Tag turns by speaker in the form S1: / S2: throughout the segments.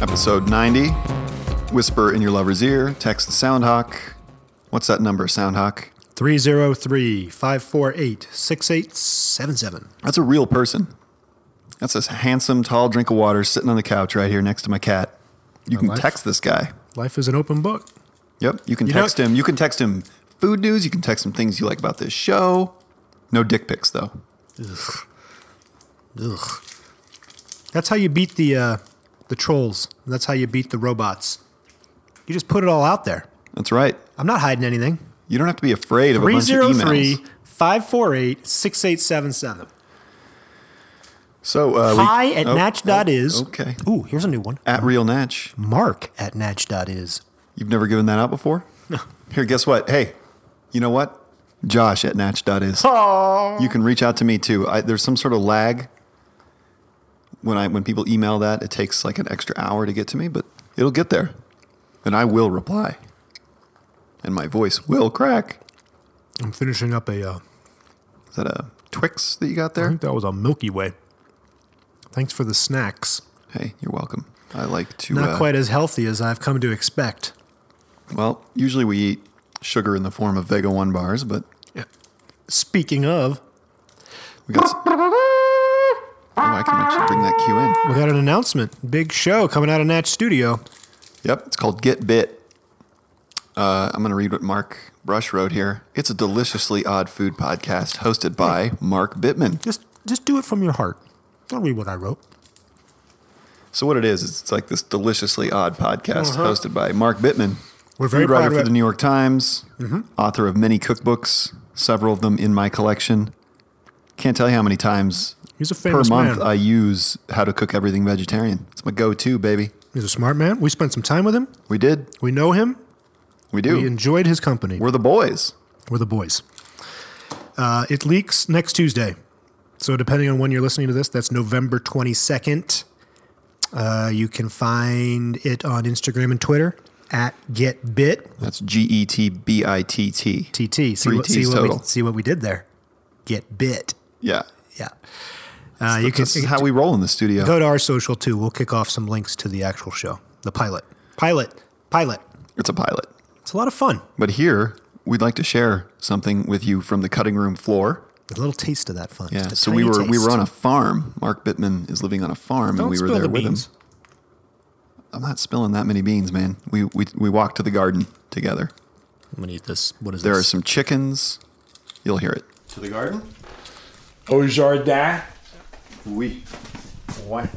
S1: episode 90. Whisper in your lover's ear, text Soundhawk. What's that number, Soundhawk?
S2: 303 548 6877.
S1: That's a real person. That's this handsome, tall drink of water sitting on the couch right here next to my cat. You can
S2: life.
S1: text this guy.
S2: Life is an open book.
S1: Yep. You can
S2: You know-
S1: text him. You can text him food news. You can text him things you like about this show. No dick pics, though.
S2: Ugh. That's how you beat the, uh, the trolls. That's how you beat the robots. You just put it all out there.
S1: That's right.
S2: I'm not hiding anything.
S1: You don't have to be afraid of a bunch of
S2: 303
S1: emails.
S2: 548 6877.
S1: So, uh, we-
S2: Hi at
S1: oh,
S2: natch.is.
S1: oh, okay.
S2: Ooh, here's a new one.
S1: At Real Natch.
S2: Mark at natch.is.
S1: You've never given that out before? No. Here, guess what? Hey, you know what? Josh at natch.is.
S2: Oh.
S1: You can reach out to me too. I, there's some sort of lag when I when people email that. It takes like an extra hour to get to me, but it'll get there, and I will reply, and my voice will crack.
S2: I'm finishing up a. Uh,
S1: Is that a Twix that you got
S2: I
S1: there?
S2: think that was a Milky Way. Thanks for the snacks.
S1: Hey, you're welcome. I like to.
S2: Uh-huh. Not
S1: uh,
S2: quite as healthy as I've come to expect.
S1: Well, usually we eat sugar in the form of Vega One bars, but
S2: Speaking of,
S1: we got. s- Oh, I can actually bring that cue in.
S2: we got an announcement. Big show coming out of Natch Studio.
S1: Yep, it's called Get Bit. Uh, I'm going to read what Mark Brush wrote here. It's a deliciously odd food podcast hosted by Mark Bittman.
S2: Just just do it from your heart. Don't read what I wrote.
S1: So what it is, is it's like this deliciously odd podcast hosted by Mark Bittman,
S2: Uh-huh. We're very
S1: food writer
S2: proud of
S1: for
S2: it. Mm-hmm.
S1: the New York Times, author of many cookbooks, several of them in my collection. Can't tell you how many times
S2: He's a
S1: per
S2: famous
S1: month
S2: man.
S1: I use How to Cook Everything Vegetarian. It's my go-to, baby.
S2: He's a smart man. We spent some time with him.
S1: We did,
S2: We know him.
S1: we do.
S2: We enjoyed his company. We're,
S1: We're the boys.
S2: the boys. Uh, it leaks next Tuesday. So depending on when you're listening to this, that's November 22nd. Uh, you can find it on Instagram and Twitter at GetBit.
S1: That's G E T B I T T.
S2: TT. See,
S1: Three
S2: what,
S1: Ts
S2: see, what we,
S1: total.
S2: see what we did there. Get bit.
S1: Yeah.
S2: Yeah. Uh, you can
S1: This is how we roll in the studio.
S2: go to our social too. We'll kick off some links to the actual show, the pilot. Pilot. Pilot.
S1: It's a pilot.
S2: It's a lot of fun.
S1: But here, we'd like to share something with you from the cutting room floor.
S2: A little taste of that fun.
S1: Yeah.
S2: Just a
S1: So we were
S2: tiny
S1: we were
S2: taste.
S1: on a farm. Mark Bittman is living on a farm
S2: Don't
S1: and we were
S2: spill
S1: there
S2: the
S1: with him.
S2: beans.
S1: I'm not spilling that many beans, man. We we we walked to the garden together.
S2: I'm gonna eat this. What is
S1: There are
S2: this?
S1: some chickens. You'll hear it. To the garden?
S3: Au jardin.
S1: Oui.
S3: What?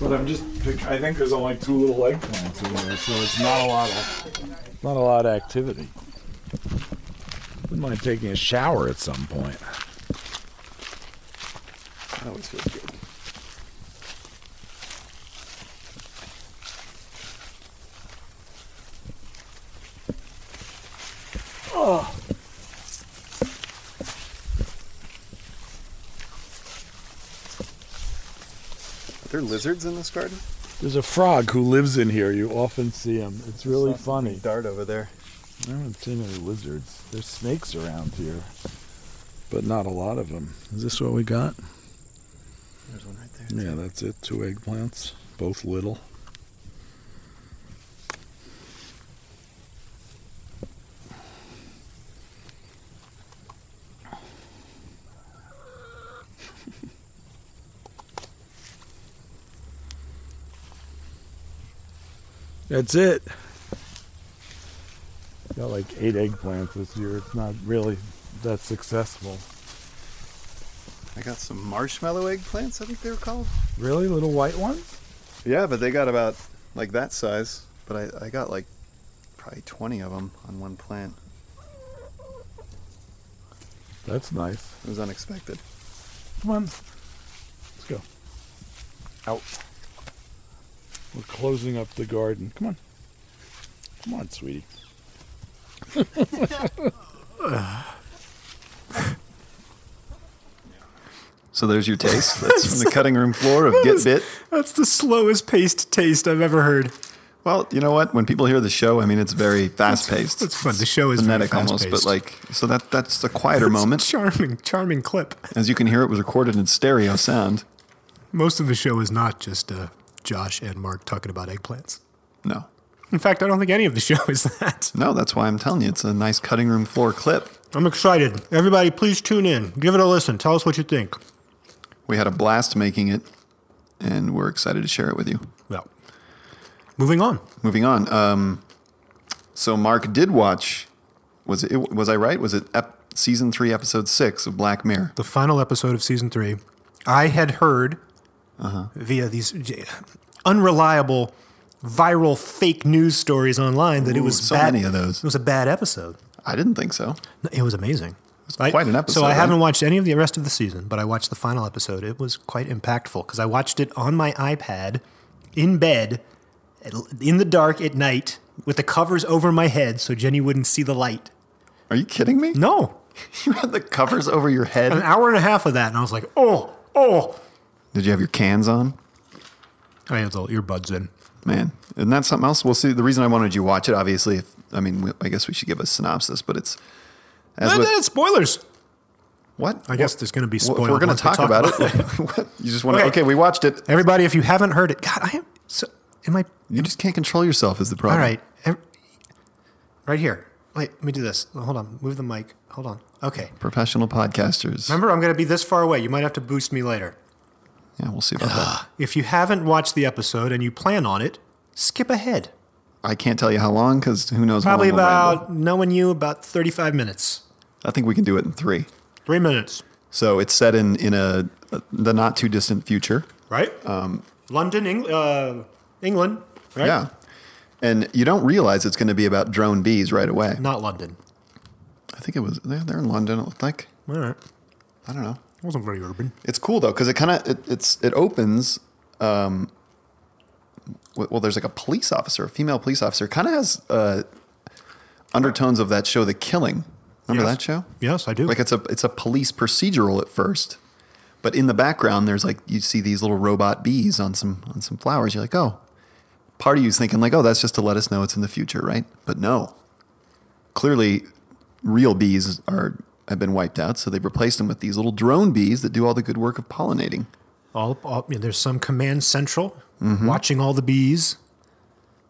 S3: But I'm just. pic- I think there's only two little eggplants in there, so it's not a lot of not a lot of activity. Wouldn't mind taking a shower at some point.
S1: That always feels good. Are there lizards in this garden?
S3: There's a frog who lives in here. You often see him. It's really funny.
S1: Dart over there.
S3: I haven't seen any lizards. There's snakes around here, but not a lot of them. Is this what we got?
S1: There's one right there.
S3: Yeah, that's it. Two eggplants, both little. That's it. Got like eight eggplants this year. It's not really that successful.
S1: I got some marshmallow eggplants, I think they were called.
S3: Really? Little white ones?
S1: Yeah, but they got about like that size. But I, I got like probably 20 of them on one plant.
S3: That's nice.
S1: It was unexpected.
S3: Come on. Let's go. Out. We're closing up the garden. Come on. Come on, sweetie.
S1: So there's your taste. That's from the cutting room floor of Get Bit.
S2: That's the slowest paced taste I've ever heard.
S1: Well, you know what? When people hear the show, I mean, it's very fast paced.
S2: it's fun. The show is very
S1: frenetic almost, but
S2: fast-paced.
S1: like, so that that's a quieter
S2: It's a
S1: moment.
S2: Charming, charming clip.
S1: As you can hear, it was recorded in stereo sound.
S2: Most of the show is not just uh, Josh and Mark talking about eggplants.
S1: No.
S2: In fact, I don't think any of the show is that.
S1: No, that's why I'm telling you. It's a nice cutting room floor clip.
S2: I'm excited. Everybody, please tune in. Give it a listen. Tell us what you think.
S1: We had a blast making it, and we're excited to share it with you.
S2: Well, moving on.
S1: Moving on. Um, so Mark did watch. Was it? Was I right? Was it ep- season three, episode six of Black Mirror?
S2: The final episode of season three. I had heard
S1: Uh-huh.
S2: via these j- unreliable viral fake news stories online that it
S1: Ooh,
S2: was
S1: so
S2: bad-
S1: many of those.
S2: It was a bad episode.
S1: I didn't think so.
S2: It was amazing. It's
S1: quite an episode,
S2: So I
S1: right?
S2: haven't watched any of the rest of the season, but I watched the final episode. It was quite impactful because I watched it on my iPad in bed at- in the dark at night with the covers over my head so Jenny wouldn't see the light.
S1: Are you kidding me?
S2: No,
S1: You had the covers over your
S2: an
S1: head.
S2: hour and a half of that, and I was like, oh, oh.
S1: Did you have your cans on?
S2: I had little earbuds in.
S1: Man, isn't that something else? Well, see, the reason I wanted you to watch it, obviously, if, I mean, we, I guess we should give a synopsis, but it's as
S2: But
S1: with,
S2: then it's spoilers.
S1: what
S2: I guess there's going to be
S1: Well,
S2: spoilers.
S1: if we're going to talk, about, it, what? you just want to.
S2: Okay.
S1: Okay, we watched it.
S2: Everybody, if you haven't heard it, God, I am. So, am I
S1: You just can't control yourself, is the problem.
S2: All right. Ev- Right here. Wait, let me do this. Hold on. Move the mic. Hold on. Okay.
S1: Professional podcasters.
S2: Remember, I'm going to be this far away. You might have to boost me later.
S1: Yeah, we'll see about that.
S2: If you haven't watched the episode and you plan on it, skip ahead.
S1: I can't tell you how long because who knows. how
S2: Probably
S1: long we'll ramble.
S2: about, knowing you, about 35 minutes.
S1: I think we can do it in three.
S2: Three minutes.
S1: So it's set in in a, a the not too distant future.
S2: Right? Um, London, Eng- uh, England. Right?
S1: Yeah. And you don't realize it's going to be about drone bees right away.
S2: Not London.
S1: I think it was they're they're in London. It looked like
S2: All right.
S1: I don't know.
S2: It wasn't very urban.
S1: It's cool though because it kind of it, it's it opens. Um, w- well, there's like a police officer, a female police officer, kind of has uh, undertones of that show, The Killing. Remember
S2: Yes.
S1: that show?
S2: Yes, I do.
S1: Like it's a it's a police procedural at first, but in the background there's like you see these little robot bees on some on some flowers. You're like, oh, part of you's thinking like, oh, that's just to let us know it's in the future, right? But no, clearly, real bees are have been wiped out, so they've replaced them with these little drone bees that do all the good work of pollinating.
S2: all, all you know, there's some command central
S1: Mm-hmm.
S2: watching all the bees.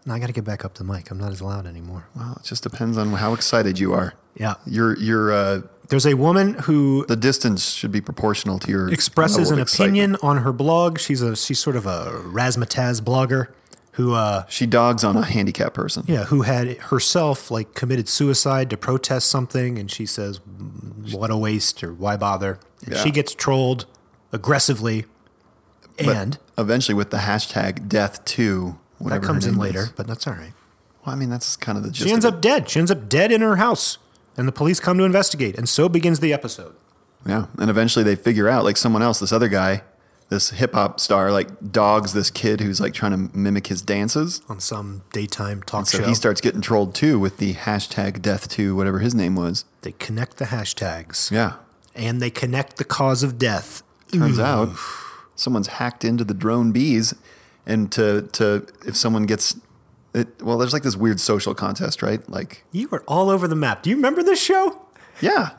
S2: Now I got to get back up to the mic. I'm not as loud anymore.
S1: Well, it just depends on how excited you are.
S2: Yeah.
S1: Your your uh,
S2: There's a woman who
S1: the distance should be proportional to your
S2: expresses
S1: level
S2: an
S1: of excitement.
S2: opinion on her blog. She's a she's sort of a razzmatazz blogger who uh
S1: She dogs on a handicapped person.
S2: yeah, who had herself like committed suicide to protest something and she says "Mm, what a waste or why bother. And
S1: Yeah.
S2: she gets trolled aggressively and
S1: eventually with the hashtag death to
S2: that
S1: whatever her
S2: comes in
S1: name
S2: later,
S1: is.
S2: but that's all right.
S1: Well, I mean, that's kind of the gist.
S2: She ends
S1: of
S2: up dead. She ends up dead in her house and the police come to investigate and so begins the episode.
S1: it. yeah, and eventually they figure out like someone else, this other guy, this hip hop star, like dogs this kid who's like trying to mimic his dances.
S2: On some daytime talk
S1: So
S2: show,
S1: he starts getting trolled too with the hashtag death to whatever his name was.
S2: they connect the hashtags.
S1: Yeah,
S2: and they connect the cause of death.
S1: turns out someone's hacked into the drone bees, and to to if someone gets it, well, there's like this weird social contest, right? Like
S2: You were all over the map. Do you remember this show?
S1: Yeah.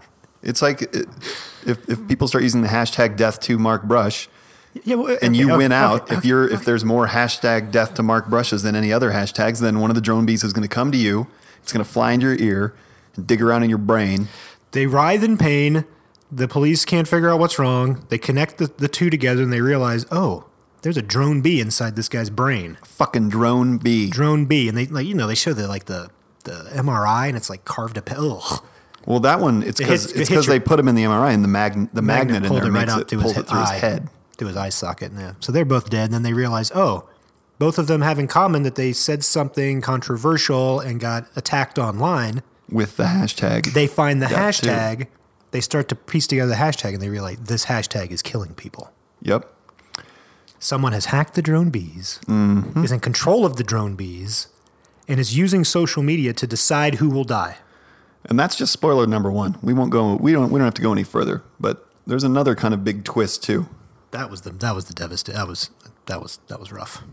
S1: It's like uh, if, if people start using the hashtag death to Mark Brush
S2: Yeah, well,
S1: and you
S2: okay,
S1: win
S2: okay,
S1: out,
S2: okay,
S1: if you're if there's more hashtag death to Mark Brushes than any other hashtags, then one of the drone bees is going to come to you. It's going to fly into your ear and dig around in your brain.
S2: they writhe in pain. The police can't figure out what's wrong. They connect the, the two together and they realize, oh, there's a drone bee inside this guy's brain.
S1: Fucking drone bee.
S2: Drone bee, and they like you know they show the like the the MRI and it's like carved a pill.
S1: Well, that one it's
S2: It
S1: because
S2: hits- it
S1: it's
S2: hits
S1: because
S2: your-
S1: they put him in the MRI and the magnet the magnet, in
S2: pulled
S1: there
S2: it right
S1: makes
S2: out
S1: it,
S2: to his,
S1: pulls
S2: he-
S1: it through his
S2: eye,
S1: head.
S2: to his eye socket. Yeah. So they're both dead. And then they realize, oh, both of them have in common that they said something controversial and got attacked online.
S1: with the hashtag.
S2: they find the
S1: That too.
S2: hashtag, they start to piece together the hashtag, and they realize this hashtag is killing people.
S1: yep.
S2: Someone has hacked the drone bees,
S1: Mm-hmm.
S2: is in control of the drone bees, and is using social media to decide who will die.
S1: And that's just spoiler number one. We won't go. We don't. We don't have to go any further. But there's another kind of big twist too.
S2: That was the that was the devastating. That was that was that was rough.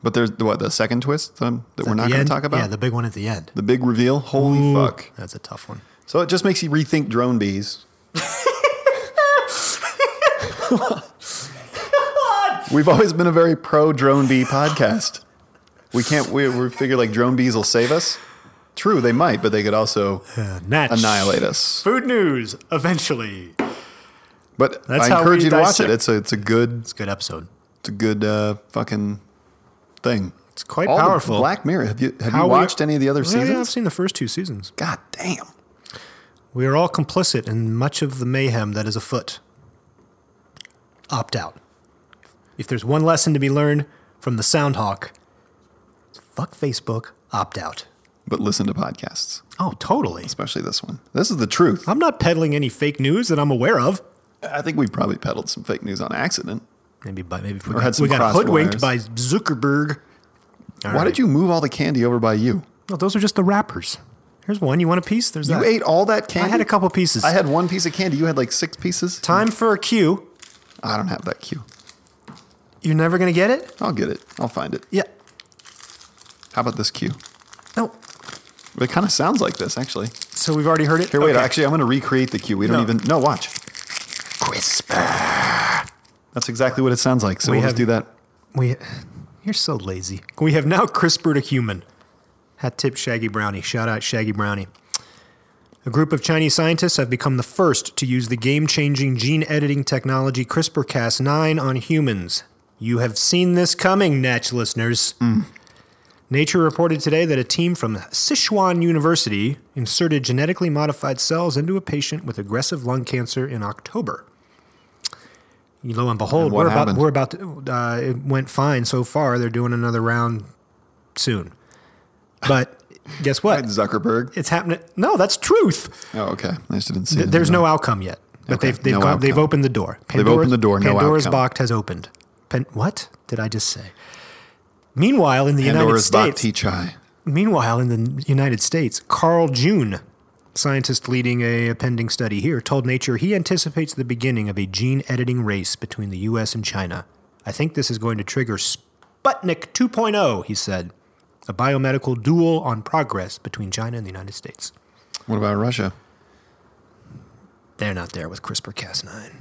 S1: But there's what the second twist that, I'm, that we're
S2: At
S1: not
S2: the
S1: going
S2: end-
S1: to talk about.
S2: yeah, the
S1: the,
S2: big one at the end.
S1: big reveal. Holy fuck!
S2: That's a tough one.
S1: So it just makes you rethink drone bees. We've always been a very pro drone bee podcast. We can't. We, we figure like drone bees will save us. True, they might, but they could also
S2: Natch.
S1: annihilate us.
S4: Food news eventually.
S1: But
S2: That's
S1: I
S2: how
S1: encourage
S2: we
S1: you to watch it.
S2: dissect-
S1: It's a it's a good
S4: It's a good episode.
S1: it's a good uh, fucking thing.
S2: It's quite
S1: All the
S2: powerful.
S1: Black Mirror. Have you have
S2: How
S1: you
S2: we-
S1: watched any of the other
S2: Well, Yeah, I've
S1: seasons?
S2: seen the first two seasons.
S1: God damn.
S2: We are all complicit in much of the mayhem that is afoot. Opt out. If there's one lesson to be learned from the Soundhawk, fuck Facebook, opt out.
S1: But listen to podcasts,
S2: Oh, totally.
S1: especially this one. This is the truth.
S2: I'm not peddling any fake news that I'm aware of.
S1: I think we probably peddled some fake news on accident.
S2: Maybe, by, maybe if we,
S1: Or had
S2: got,
S1: some
S2: we got
S1: crossed
S2: hoodwinked
S1: wires.
S2: by Zuckerberg. All
S1: Why
S2: right.
S1: did you move all the candy over by you?
S2: No, those are just the wrappers. Here's one. You want a piece? There's
S1: You
S2: that.
S1: ate all that
S2: I
S1: candy.
S2: had a couple pieces.
S1: I had one piece of candy. You had like six pieces.
S2: Time for a cue.
S1: I don't have that cue.
S2: You're never gonna get it.
S1: I'll get it. I'll find it.
S2: Yeah.
S1: How about this cue?
S2: No.
S1: It kind of sounds like this actually.
S2: So we've already heard it.
S1: Here, wait.
S2: Okay.
S1: Actually, I'm going to recreate the cue. We don't
S2: No.
S1: even. No, watch.
S2: Whisper.
S1: That's exactly what it sounds like. So
S2: We
S1: we will
S2: have-
S1: just do that.
S2: We. You're so lazy. We have now CRISPRed a human. Hat tip, Shaggy Brownie. Shout out, Shaggy Brownie. A group of Chinese scientists have become the first to use the game changing gene editing technology CRISPR Cas9 on humans. You have seen this coming, Natch listeners.
S1: Mm.
S2: Nature reported today that a team from Sichuan University inserted genetically modified cells into a patient with aggressive lung cancer in October. Lo and behold,
S1: And what
S2: we're about,
S1: happened?
S2: we're about to, uh, it went fine so far. They're doing another round soon. But guess what?
S1: Zuckerberg.
S2: It's happening. No, that's truth.
S1: Oh, okay. I just didn't see it.
S2: Th-
S1: in
S2: There's
S1: the-
S2: no outcome yet, but
S1: Okay,
S2: they've they've,
S1: no
S2: gone, they've
S1: outcome.
S2: opened the door.
S1: opened the door, no
S2: Pandora's
S1: outcome.
S2: box has opened. Pan- what did I just say? Meanwhile, in the United
S1: Pandora's
S2: States,
S1: Bhakti Chai.
S2: meanwhile in the United States, Carl June, scientist leading a pending study here, told Nature he anticipates the beginning of a gene editing race between the U.S. and China. I think this is going to trigger Sputnik 2.0, he said, a biomedical duel on progress between China and the United States.
S1: What about Russia?
S2: They're not there with CRISPR Cas9.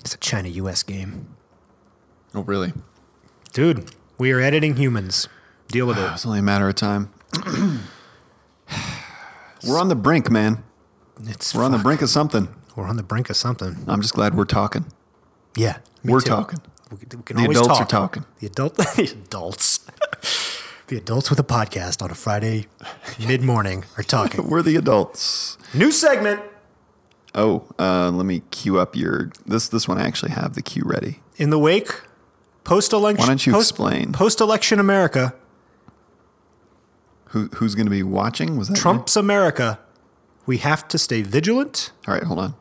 S2: It's a China US game.
S1: Oh, really?
S2: Dude, we are editing humans. Deal with it.
S1: It's only a matter of time. we're on the brink, man.
S2: It's
S1: We're on the
S2: fuck.
S1: brink of something.
S2: We're on the brink of something.
S1: I'm just glad we're talking.
S2: Yeah. me
S1: We're
S2: too.
S1: talking.
S2: We, can- we can
S1: The
S2: always
S1: adults
S2: talk.
S1: are talking.
S2: The adult the adults. the adults with a podcast on a Friday mid morning are talking.
S1: We're the adults.
S2: New segment.
S1: Oh, uh, let me queue up your this. This one I actually have the cue ready.
S2: In the wake, post election
S1: Why don't you explain?
S2: post election America,
S1: Who who's going to be watching? Was that you?
S2: Trump's America. We have to stay vigilant.
S1: All right, hold on.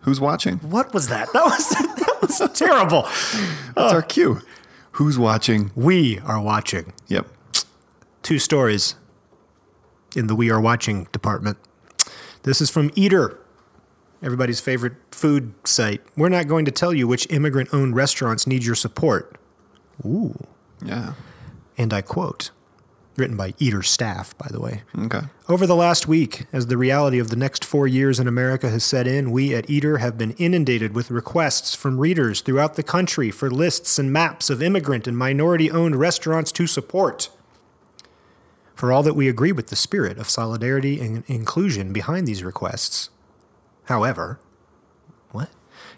S1: Who's watching?
S2: What was that? That was that was terrible. Ah.
S1: That's our cue. Who's watching?
S2: We are watching.
S1: Yep.
S2: two stories in the We Are Watching department. This is from Eater, everybody's favorite food site. We're not going to tell you which immigrant owned restaurants need your support.
S1: Yeah.
S2: And I quote, written by Eater staff, by the way.
S1: Okay.
S2: Over the last week, as the reality of the next four years in America has set in, we at Eater have been inundated with requests from readers throughout the country for lists and maps of immigrant and minority owned restaurants to support. For all that we agree with the spirit of solidarity and inclusion behind these requests, however, what?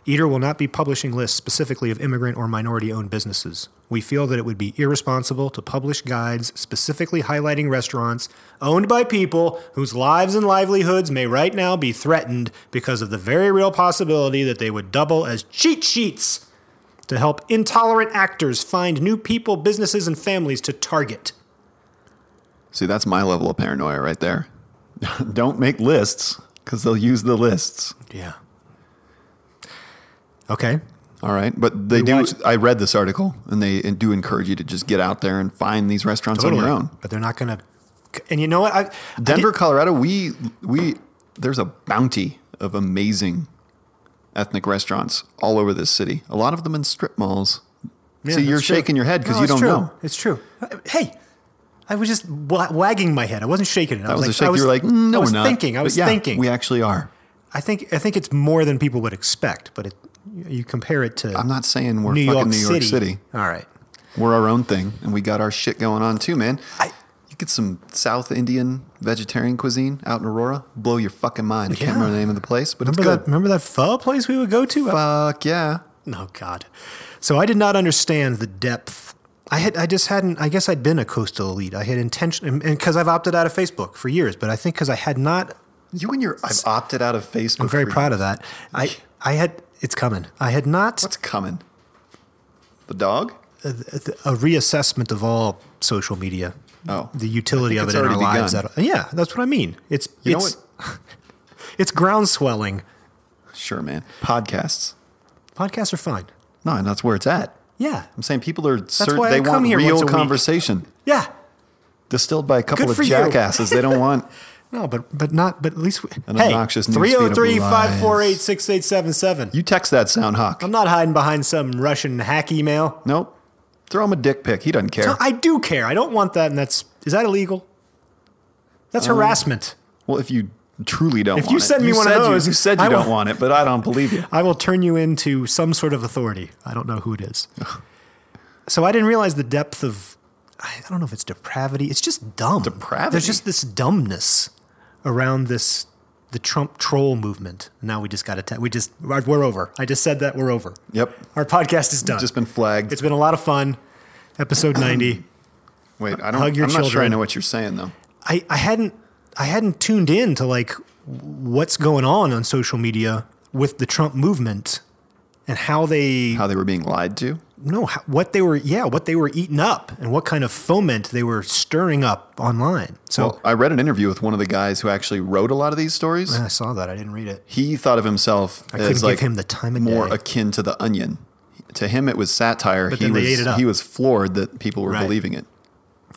S2: Eater will not be publishing lists specifically of immigrant or minority owned businesses. We feel that it would be irresponsible to publish guides specifically highlighting restaurants owned by people whose lives and livelihoods may right now be threatened because of the very real possibility that they would double as cheat sheets to help intolerant actors find new people, businesses, and families to target.
S1: See, that's my level of paranoia right there. Don't make lists because they'll use the lists.
S2: Yeah. Okay.
S1: All right, but they do.
S2: watch-
S1: I read this article, and they do encourage you to just get out there and find these restaurants on your own.
S2: But they're not going to. And you know what? I,
S1: Denver, Colorado, we we there's a bounty of amazing ethnic restaurants all over this city. A lot of them in strip malls.
S2: Yeah,
S1: See, you're
S2: that's true.
S1: shaking your head because
S2: No,
S1: you
S2: it's
S1: don't
S2: true.
S1: know.
S2: It's true. Uh, Hey, I was just wa- wagging my head. I wasn't shaking it. I
S1: That was
S2: like,
S1: a shake.
S2: I was,
S1: you were like, "Mm, no,
S2: I was
S1: we're not.
S2: thinking. I
S1: But
S2: was
S1: yeah,
S2: thinking.
S1: We actually are.
S2: I think. I think it's more than people would expect, but it, You compare it to
S1: I'm not saying we're
S2: New
S1: fucking
S2: York
S1: New York
S2: City.
S1: City.
S2: All right.
S1: We're our own thing, and we got our shit going on too, man.
S2: I-
S1: you get some South Indian vegetarian cuisine out in Aurora, blow your fucking mind. I can't
S2: Yeah.
S1: remember the name of the place, but
S2: Remember
S1: it's good.
S2: that? Remember that pho place we would go to?
S1: Fuck yeah.
S2: Oh God! So I did not understand the depth. I had, I just hadn't. I guess I'd been a coastal elite. I had intention, and because I've opted out of Facebook for years, but I think because I had not.
S1: You and your I've opted out of Facebook.
S2: I'm very
S1: for-
S2: proud of that. I, I had. It's coming. I had not
S1: What's coming? The dog?
S2: a reassessment of all social media.
S1: Oh.
S2: the utility
S1: I
S2: of
S1: think
S2: it
S1: it's
S2: in our
S1: already
S2: lives.
S1: begun.
S2: That, yeah, that's what I mean. It's
S1: You know
S2: it's it's ground swelling.
S1: Sure, man. Podcasts.
S2: Podcasts are fine.
S1: No, and that's where it's at.
S2: Yeah,
S1: I'm saying people are search,
S2: why I
S1: they
S2: come
S1: want
S2: here once
S1: real
S2: a week.
S1: conversation
S2: yeah.
S1: distilled by a couple
S2: Good for
S1: of
S2: you.
S1: jackasses. they don't want
S2: No, but but not. But at least we,
S1: An
S2: hey,
S1: obnoxious newsfeed of
S2: 303-548-6877.
S1: you text that sound hawk.
S2: I'm not hiding behind some Russian hack email.
S1: Nope. Throw him a dick pic. He doesn't care.
S2: No, I do care. I don't want that, and that's is that illegal? That's
S1: Um,
S2: harassment.
S1: well, if you truly don't
S2: If
S1: want
S2: you
S1: it.
S2: send me one of
S1: said
S2: those,
S1: you, you said you
S2: I
S1: don't
S2: will-
S1: want it, but I don't believe you.
S2: I will turn you into some sort of authority. I don't know who it is. so I didn't realize the depth of. I I don't know if it's depravity. It's just dumb.
S1: Depravity?
S2: There's just this dumbness around this the Trump troll movement. Now we just got to. We just we're over. I just said that we're over.
S1: Yep.
S2: Our podcast is done.
S1: Just been flagged.
S2: It's been a lot of fun. Episode 90.
S1: Wait, I don't
S2: hug your
S1: I'm not sure I
S2: children.
S1: know what you're saying though.
S2: I, I hadn't I hadn't tuned in to like what's going on on social media with the Trump movement and how they
S1: How they were being lied to.
S2: no how, what they were yeah what they were eating up and what kind of foment they were stirring up online. So
S1: Well, I read an interview with one of the guys who actually wrote a lot of these stories.
S2: I saw that I didn't read it.
S1: He thought of himself
S2: Uh-huh. I couldn't
S1: as
S2: give
S1: like
S2: him the time of
S1: more
S2: day.
S1: akin to the Onion. To him, it was satire. he
S2: then they
S1: was
S2: ate it up.
S1: he was floored that people were
S2: Right.
S1: believing it,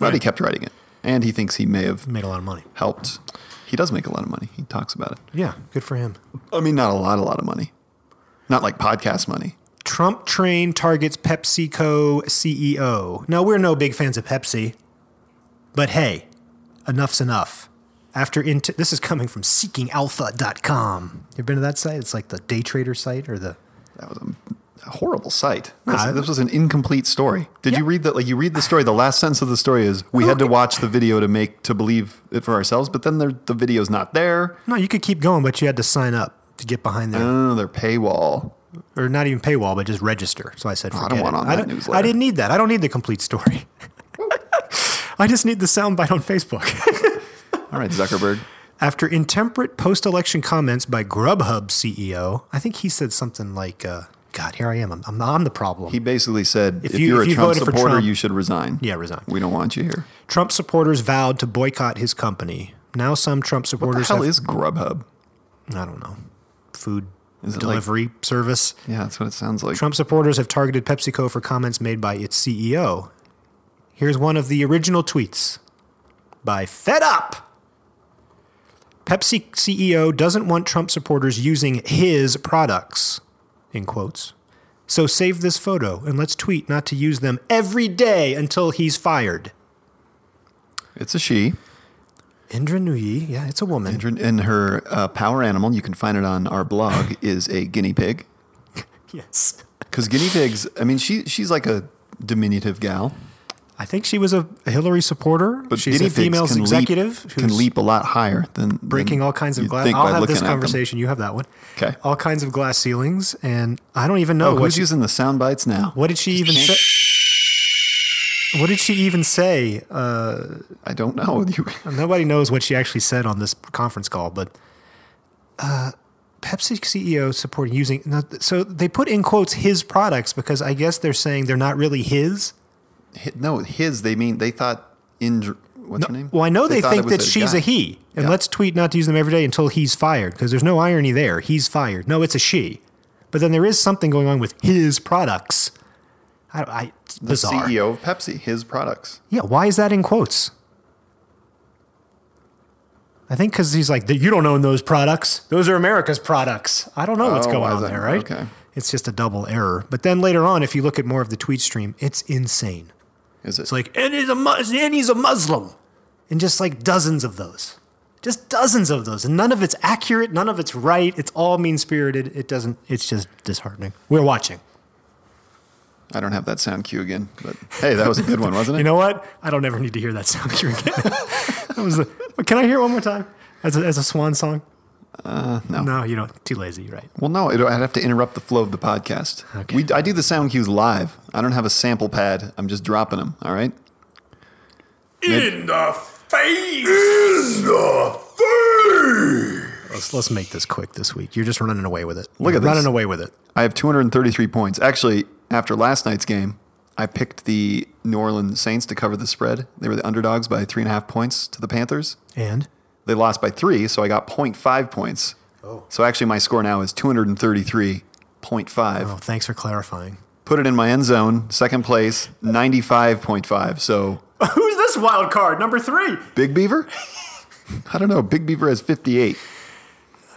S1: but he kept writing it, and he thinks he may have
S2: Made a lot of money.
S1: helped. He does make a lot of money. He talks about it.
S2: Yeah, good for him.
S1: I mean, not a lot, a lot of money, not like podcast money.
S2: Trump train targets PepsiCo CEO. E Now, we're no big fans of Pepsi, but hey, enough's enough. After int- this is coming from seekingalpha.com. You've been to that site? It's like the day trader site or the
S1: That was a, a horrible sight. This,
S2: Nah, I-
S1: this was an incomplete story. Did you
S2: Yeah. Oh,
S1: read that? Like you read the story. The last sentence of the story is we had to watch the video to make to believe it for ourselves, but then there, the video's not there.
S2: No, you could keep going, but you had to sign up to get behind there.
S1: Oh, their paywall.
S2: or not even paywall, but just register. So I said,
S1: Oh, I
S2: forget
S1: don't want
S2: it.
S1: on
S2: I
S1: that
S2: don't-
S1: newsletter.
S2: I didn't need that. I don't need the complete story. I just need the soundbite on Facebook.
S1: All right, Zuckerberg.
S2: After intemperate post election comments by Grubhub CEO, I think he said something like, uh, God, here I am. I'm, I'm, I'm the problem.
S1: He basically said, if,
S2: If you-
S1: you, are
S2: if
S1: a
S2: you
S1: Trump
S2: voted for
S1: supporter,
S2: Trump-
S1: you should resign.
S2: Yeah, resign.
S1: We don't want you here.
S2: Trump supporters vowed to boycott his company. Now some Trump
S1: What the
S2: supporters
S1: hell
S2: have,
S1: is Grubhub?
S2: I don't know, food
S1: Is it
S2: delivery service.
S1: Yeah, that's what it sounds like.
S2: Trump supporters have targeted PepsiCo for comments made by its CEO. Here's one of the original tweets by Fed Up. Pepsi CEO doesn't want Trump supporters using his products, in quotes. So save this photo and let's tweet not to use them every day until he's fired.
S1: It's a she.
S2: Indra Nooyi, yeah, it's a woman.
S1: Andrew- And her uh, power animal, you can find it on our blog, is a guinea pig.
S2: Yes.
S1: Because guinea pigs, I mean, she she's like a diminutive gal,
S2: I think she was a Hillary supporter.
S1: but
S2: She's
S1: guinea
S2: a female
S1: pigs can
S2: executive
S1: leap,
S2: who's
S1: can leap a lot higher than
S2: breaking
S1: than
S2: all kinds of
S1: you'd
S2: glass.
S1: think
S2: I'll
S1: by
S2: have this
S1: looking at them.
S2: conversation. You have that one.
S1: 'Kay.
S2: All kinds of glass ceilings, and I don't even know
S1: Oh,
S2: what.
S1: who's
S2: She,
S1: using the sound bites now?
S2: what did she even say? What did she even say? Uh,
S1: I don't know. You,
S2: nobody knows what she actually said on this conference call, but. Uh, Pepsi CEO supporting using now, so they put in quotes his products because I guess they're saying they're not really his.
S1: hi- no, his. They mean they thought Indra. What's her name?
S2: Well, I know they,
S1: thought it
S2: think
S1: was
S2: that she's
S1: guy.
S2: a he, and
S1: Yeah.
S2: let's tweet not to use them every day until he's fired because there's no irony there. He's fired. No, it's a she. But then there is something going on with his products. I, I it's
S1: the E
S2: bizarre.
S1: CEO of Pepsi, his products.
S2: Yeah, why is that in quotes? I think because he's like, you don't own those products. Those are America's products. I don't know what's
S1: Oh,
S2: going
S1: why is
S2: on
S1: that-
S2: there, right?
S1: okay.
S2: It's just a double error. But then later on, if you look at more of the tweet stream, it's insane.
S1: Is it?
S2: It's like, and he's a, Mus- and he's a Muslim. And just like dozens of those. Just dozens of those, and none of it's accurate, none of it's right. It's all mean spirited. It doesn't. It's just disheartening. We're watching.
S1: I don't have that sound cue again, but hey, that was a good one, wasn't it?
S2: You know what? I don't ever need to hear that sound cue again. that was the, can I hear it one more time as a, as a swan song? Uh,
S1: no.
S2: No, you don't. Too lazy, right?
S1: well, no, it, I'd have to interrupt the flow of the podcast.
S2: Okay.
S1: We, I do the sound cues live. I don't have a sample pad. I'm just dropping them. All right.
S4: In the face! In the face!
S2: Let's, let's make this quick this week. You're just running away with it.
S1: Look
S2: You're
S1: at this.
S2: Running away with it.
S1: I have 233 points. Actually, after last night's game, I picked the New Orleans Saints to cover the spread. They were the underdogs by three and a half points to the Panthers.
S2: And
S1: They lost by three, so I got 0.5 points. Oh. So actually, my score now is 233.5.
S2: oh, thanks for clarifying.
S1: Put it in my end zone, second place, 95.5. So
S2: Who's this wild card? Number three.
S1: Big Beaver? I don't know. Big Beaver has 58.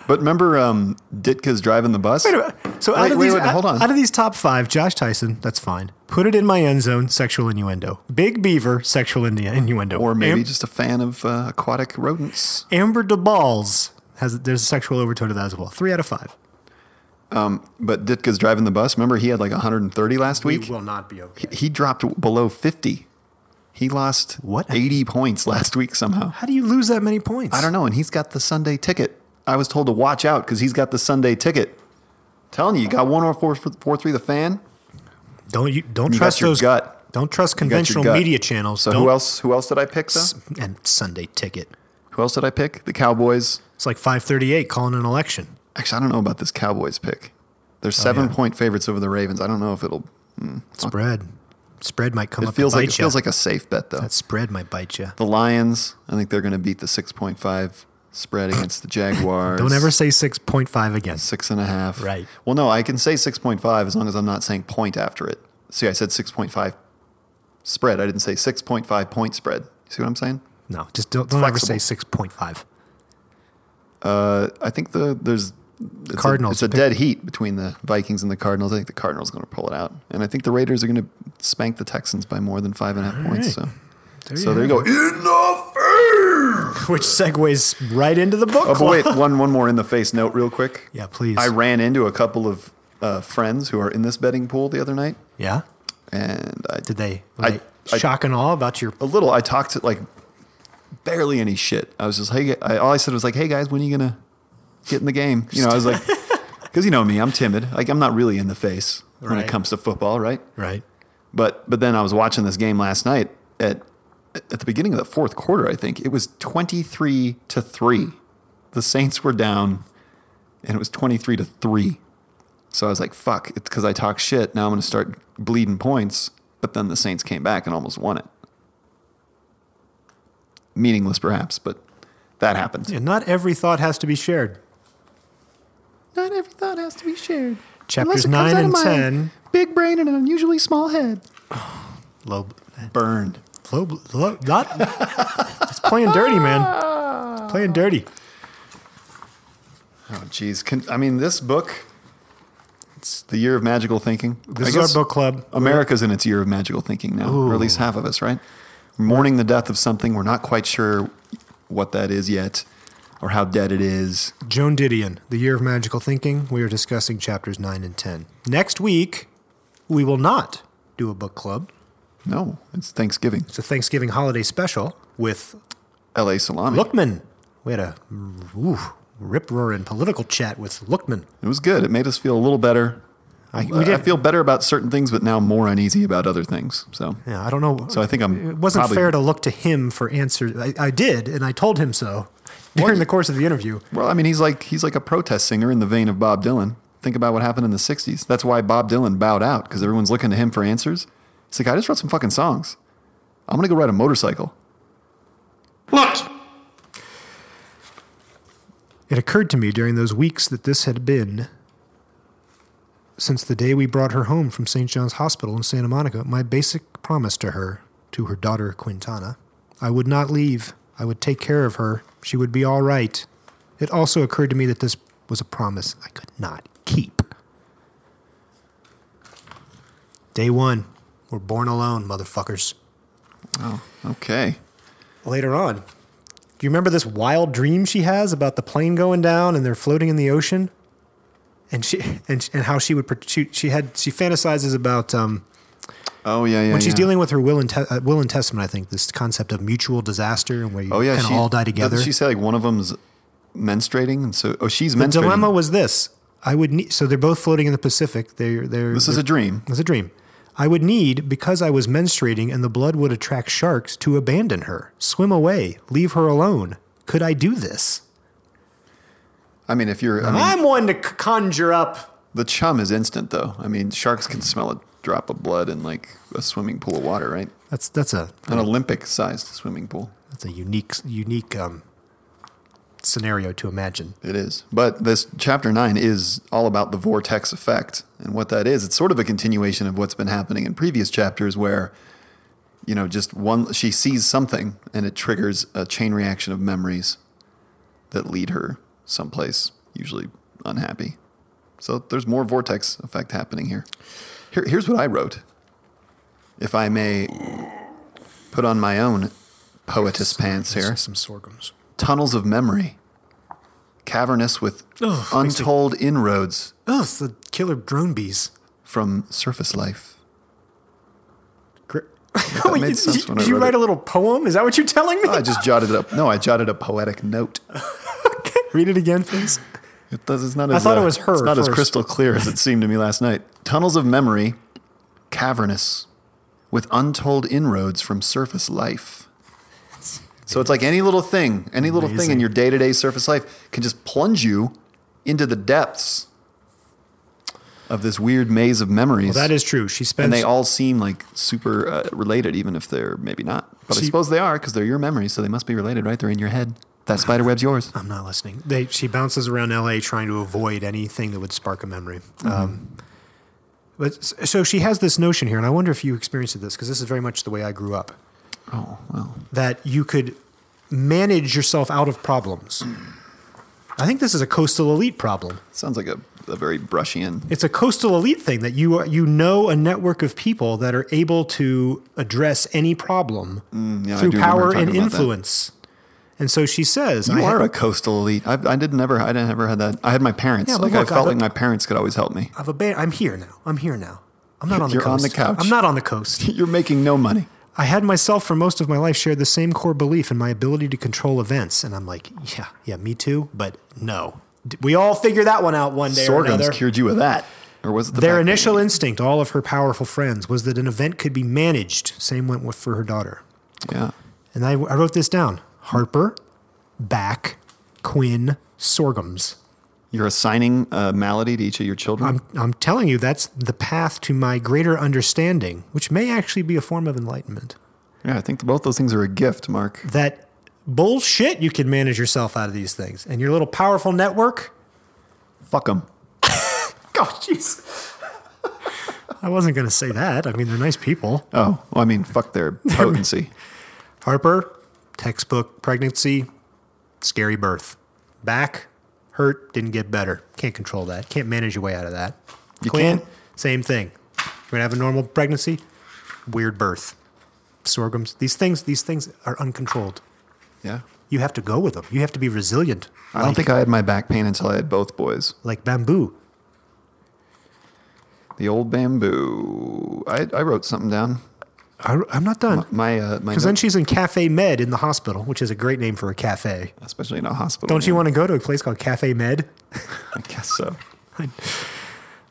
S1: But remember um, Ditka's driving the bus?
S2: So out
S1: Wait,
S2: of
S1: wait,
S2: these,
S1: wait,
S2: out-
S1: hold on.
S2: Out of these top five, Josh Tyson. That's fine. Put it in my end zone. Sexual innuendo. Big Beaver. Sexual innu- innuendo.
S1: Or maybe
S2: Am-
S1: just a fan of uh, aquatic rodents.
S2: Amber DeBalls has. There's a sexual overtone to that as well. Three out of five.
S1: But Ditka's driving the bus. Remember, he had like 130 last week.
S2: will not be okay.
S1: He dropped below 50. He lost
S2: What?
S1: 80 points last week somehow.
S2: How do you lose that many points?
S1: I don't know. And he's got the Sunday ticket. I was told to watch out because he's got the Sunday ticket. Telling you, you got one or four, four three. The fan.
S2: Don't you don't
S1: You got
S2: trust
S1: your
S2: those
S1: gut.
S2: Don't trust
S1: You got your
S2: conventional
S1: gut.
S2: media channels.
S1: So
S2: don't,
S1: who else? Who else did I pick? Though?
S2: And Sunday ticket.
S1: Who else did I pick? The Cowboys.
S2: It's like 538 calling an election.
S1: Actually, I don't know about this Cowboys pick.
S2: Oh,
S1: They're seven point favorites over the Ravens. I don't know if it'll.
S2: Spread. Spread might come
S1: It
S2: up
S1: feels
S2: and
S1: like
S2: bite
S1: it
S2: you.
S1: feels like a safe bet though.
S2: that spread might bite you.
S1: the Lions. I think they're going to beat the six point five spread against the Jaguars.
S2: Don't ever say 6.5 again.
S1: Six and a half.
S2: Right.
S1: Well, no, I can say 6.5 as long as I'm not saying point after it. See, I said 6.5 spread. I didn't say 6.5 point spread. See what I'm saying?
S2: No, just don't, don't ever say
S1: Flexible.
S2: 6.5.
S1: Uh, I think the there's it's
S2: Cardinals
S1: A, it's a
S2: pick-
S1: dead heat between the Vikings and the Cardinals. I think the Cardinals are going to pull it out, and I think the Raiders are going to spank the Texans by more than five and a half points. So, so there you go.
S4: In the face!
S2: Which segues right into the book.
S1: Oh, but
S2: club.
S1: wait, one one more in the face note, real quick.
S2: Yeah, please.
S1: I ran into a couple of uh, friends who are in this betting pool the other night,
S2: yeah?
S1: and I
S2: Did they, were
S1: I-
S2: they
S1: I-
S2: shock and awe about your.
S1: a little. I talked to like barely any shit. I was just hey, I, all I said was like, hey guys, when are you gonna get in the game? You know, I was like, because you know me, I'm timid. Like I'm not really in the face when
S2: Right.
S1: it comes to football, right?
S2: Right.
S1: But but then I was watching this game last night at at the beginning of the fourth quarter. I think it was 23 to three. The Saints were down, and it was 23 to three. So I was like, fuck, it's because I talk shit. Now I'm gonna start bleeding points. But then the Saints came back and almost won it. Meaningless, perhaps, but that happened.
S2: Yeah, not every thought has to be shared.
S1: Not every thought has to be shared.
S2: Chapters
S1: Unless it comes out
S2: 9 and
S1: of my
S2: 10.
S1: Big brain and an unusually small head.
S2: Low,
S1: Burned.
S2: low, low, not. it's playing dirty, man. It's playing dirty.
S1: Oh, geez. Can, I mean, this book, it's the year of magical thinking. I
S2: This is our
S1: guess
S2: book club.
S1: America's in its year of magical thinking now, or at least half of us, right? We're mourning the death of something. We're not quite sure what that is yet or how dead it is.
S2: Joan Didion, The Year of Magical Thinking. We are discussing chapters 9 and 10. Next week, we will not do a book club.
S1: No, it's Thanksgiving.
S2: It's a Thanksgiving holiday special with
S1: LA Salami.
S2: Lookman. We had a rip roaring political chat with Lookman.
S1: It was good. It made us feel a little better. I,
S2: we did-
S1: I feel better about certain things, but now more uneasy about other things. So,
S2: Yeah, I don't know.
S1: so I think I'm.
S2: it wasn't
S1: probably-
S2: fair to look to him for answers. I, I did, and I told him so during the course of the interview.
S1: Well, I mean, he's like he's like a protest singer in the vein of Bob Dylan. Think about what happened in the '60s. That's why Bob Dylan bowed out because everyone's looking to him for answers. He's like, I just wrote some fucking songs. I'm gonna go ride a motorcycle.
S4: What?
S2: It occurred to me during those weeks that this had been since the day we brought her home from St. John's Hospital in Santa Monica, my basic promise to her, to her daughter Quintana. I would not leave. I would take care of her. She would be all right. It also occurred to me that this was a promise I could not keep. Day one, we're born alone, motherfuckers.
S1: Okay,
S2: Later on, Do you remember this wild dream she has about the plane going down and they're floating in the ocean? And she and and how she would pro- she, she had she fantasizes about um,
S1: Oh yeah, yeah.
S2: when she's
S1: yeah.
S2: dealing with her will and te- uh, will and testament. I think this concept of mutual disaster and where you
S1: oh yeah,
S2: kind of
S1: she-
S2: all die together.
S1: She said like one of them's menstruating, and so oh she's
S2: the
S1: menstruating.
S2: dilemma was this: I would need so they're both floating in the Pacific. They're they're
S1: This is a dream.
S2: It's a dream. I would need, because I was menstruating and the blood would attract sharks, to abandon her, swim away, leave her alone. Could I do this?
S1: I mean, if you're, I mean,
S2: I'm one to c- conjure up.
S1: the chum is instant though. I mean, sharks can smell a drop of blood in like a swimming pool of water, right?
S2: That's that's a
S1: An Olympic-sized swimming pool.
S2: that's a unique unique um, scenario to imagine.
S1: It is. But this chapter nine is all about the vortex effect and what that is. It's sort of a continuation of what's been happening in previous chapters where, you know, just one, she sees something and it triggers a chain reaction of memories that lead her someplace, usually unhappy. So there's more vortex effect happening here. here here's what I wrote. If I may put on my own poetess pants here
S2: Some sorghums.
S1: tunnels of memory, cavernous with
S2: Ugh, makes
S1: untold inroads
S2: Oh, it's the killer drone bees.
S1: from surface life.
S2: Gr-
S1: made
S2: Wait,
S1: sense
S2: did
S1: when
S2: you,
S1: I
S2: did you
S1: read
S2: write
S1: it.
S2: a little poem? Is that what you're telling me?
S1: I just jotted it up. No, I jotted a poetic note.
S2: Read it again, please.
S1: It does, it's not as, uh,
S2: thought it was her
S1: It's not as
S2: first.
S1: crystal clear as it seemed to me last night. Tunnels of memory, cavernous with untold inroads from surface life. So it's like any little thing, any little thing in your day to day surface life can just plunge you into the depths of this weird maze of memories.
S2: That is true. She spends
S1: and they all seem like super uh, related, even if they're maybe not. But I
S2: See-
S1: suppose they are because they're your memories, so they must be related, right? They're in your head. That spider web's yours.
S2: I'm not listening. They, she bounces around LA trying to avoid anything that would spark a memory.
S1: Mm-hmm.
S2: Um, but s- so she has this notion here, and I wonder if you experienced this because this is very much the way I grew up.
S1: Oh well,
S2: That you could manage yourself out of problems. I think this is a coastal elite problem.
S1: sounds like a, a very Brushian.
S2: It's a coastal elite thing that you are, you know a network of people that are able to address any problem
S1: Mm, yeah, I
S2: through
S1: do remember
S2: power
S1: talking
S2: and
S1: about that.
S2: influence. And so she says,
S1: You
S2: I
S1: are
S2: ha-
S1: a coastal elite. I, I did never. I didn't ever had that. I had my parents.
S2: Yeah, but
S1: like
S2: look,
S1: I felt
S2: I've-
S1: like my parents could always help me.
S2: I've aban- I'm here now. I'm here now. I'm not on the
S1: You're
S2: coast.
S1: on the couch.
S2: I'm not on the coast.
S1: You're making no money.
S2: I had myself for most of my life shared the same core belief in my ability to control events, and I'm like, yeah, yeah, me too. But no, D- we all figure that one out one day or
S1: Sorghum's
S2: another.
S1: cured you of that, or was it the
S2: Their
S1: back
S2: initial instinct, all of her powerful friends, was that an event could be managed. Same went with for her daughter.
S1: pain? Yeah,
S2: And I, I wrote this down: Harper, Back, Quinn, Sorghums.
S1: you're assigning a malady to each of your children.
S2: I'm, I'm telling you, that's the path to my greater understanding, which may actually be a form of enlightenment.
S1: yeah, I think both those things are a gift, Mark.
S2: that bullshit you can manage yourself out of these things and your little powerful network
S1: Fuck them.
S2: oh jeez i wasn't going to say that i mean they're nice people
S1: Oh, well, I mean, fuck their potency.
S2: harper textbook pregnancy scary birth back hurt didn't get better can't control that can't manage your way out of that
S1: You
S2: Quinn,
S1: can't.
S2: same thing you're going to have a normal pregnancy weird birth sorghums these things these things are uncontrolled
S1: Yeah.
S2: you have to go with them you have to be resilient
S1: I don't think I had my back pain until I had both boys.
S2: like bamboo
S1: The old bamboo. I, I wrote something down.
S2: I, i'm not done
S1: My uh, my
S2: Because then
S1: note,
S2: she's in Cafe Med in the hospital, which is a great name for a cafe.
S1: especially in a hospital.
S2: Don't you want to go to a place called Cafe Med?
S1: I guess so.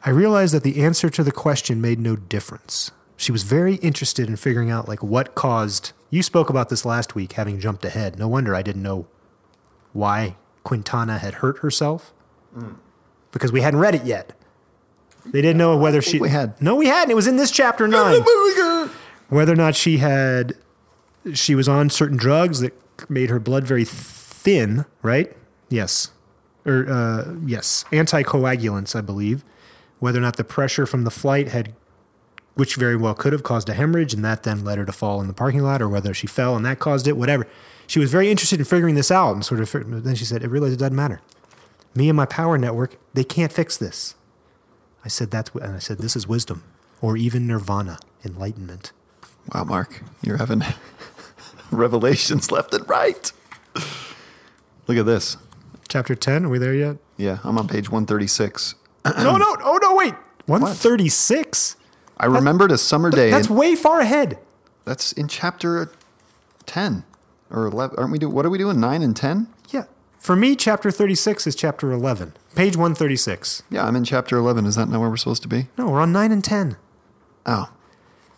S2: I realized that the answer to the question made no difference. She was very interested in figuring out like what caused. You spoke about this last week, having jumped ahead. No wonder I didn't know why Quintana had hurt herself
S1: Mm.
S2: because we hadn't read it yet. They didn't know whether she.
S1: we had.
S2: No, we hadn't. It was in this chapter nine. whether or not she had she was on certain drugs that made her blood very thin, right? Yes. Or uh, yes, anticoagulants, I believe. Whether or not the pressure from the flight had which very well could have caused a hemorrhage and that then led her to fall in the parking lot or whether she fell and that caused it, whatever. She was very interested in figuring this out and sort of fig- then she said, "It realized it doesn't matter. Me and my power network, they can't fix this." I said that's wi- and I said this is wisdom or even nirvana, enlightenment.
S1: Wow, Mark, you're having revelations left and right. Look at this.
S2: Chapter 10, are we there yet?
S1: Yeah, I'm on page 136.
S2: no, no. Oh, no, wait. 136?
S1: I remembered a summer day.
S2: That's
S1: in-
S2: way far ahead.
S1: that's in chapter 10 or 11. Aren't we doing, what are we doing? 9 and 10?
S2: Yeah. For me, chapter 36 is chapter 11. Page 136.
S1: Yeah, I'm in chapter 11. Is that not where we're supposed to be?
S2: No, we're on 9 and 10.
S1: Oh.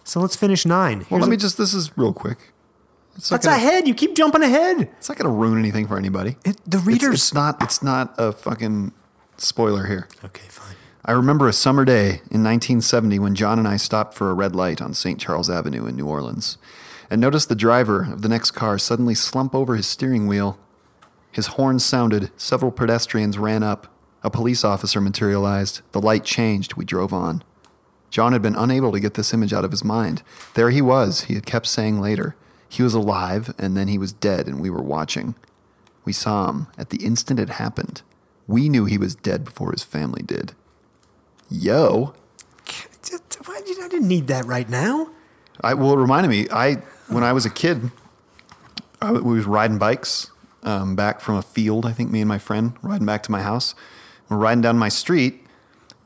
S2: So let's finish 9.
S1: Well,
S2: Here's
S1: let
S2: a-
S1: me just, this is real quick. It's not
S2: That's
S1: gonna-
S2: ahead. You keep jumping ahead.
S1: It's not going to ruin anything for anybody.
S2: It, the
S1: It's-
S2: readers.
S1: It's, not. It's not a fucking spoiler here.
S2: okay, fine.
S1: I remember a summer day in 1970 when John and I stopped for a red light on St. Charles Avenue in New Orleans, and noticed the driver of the next car suddenly slump over his steering wheel. His horn sounded. Several pedestrians ran up. A police officer materialized. The light changed. We drove on. John had been unable to get this image out of his mind. There he was, he had kept saying later. He was alive, and then he was dead, and we were watching. We saw him at the instant it happened. We knew he was dead before his family did. Yo.
S2: Just- Why did, I didn't need that right now.
S1: I, well, it reminded me, I when I was a kid, I, we was riding bikes um, back from a field. I think me and my friend riding back to my house. We're riding down my street,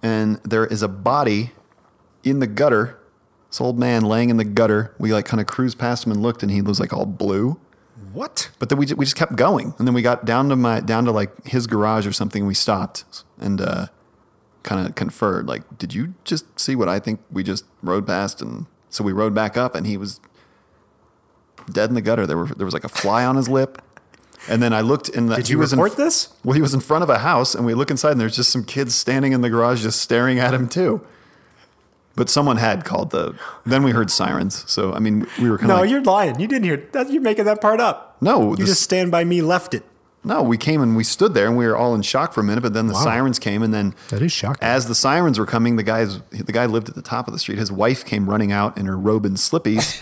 S1: and there is a body in the gutter. This old man laying in the gutter. We like kind of cruised past him and looked, and he was like all blue.
S2: What?
S1: But then we just, we just kept going, and then we got down to my down to like his garage or something. And we stopped and uh, kind of conferred. Like, did you just see what I think we just rode past? And so we rode back up, and he was dead in the gutter. There were there was like a fly on his lip. And then I looked, and the,
S2: Did
S1: he
S2: you
S1: was in-
S2: report this?
S1: Well, he was in front of a house, and we look inside, and there's just some kids standing in the garage, just staring at him too. But someone had called the. Then we heard sirens. So I mean, we were kind of
S2: No,
S1: like,
S2: you're lying. You didn't hear that. You're making that part up.
S1: no.
S2: You
S1: this-
S2: just stand by me left it.
S1: No, we came and we stood there and we were all in shock for a minute, but then the
S2: Wow.
S1: sirens came and then
S2: That is shocking.
S1: as the sirens were coming, the guys the guy lived at the top of the street. His wife came running out in her robe and slippies.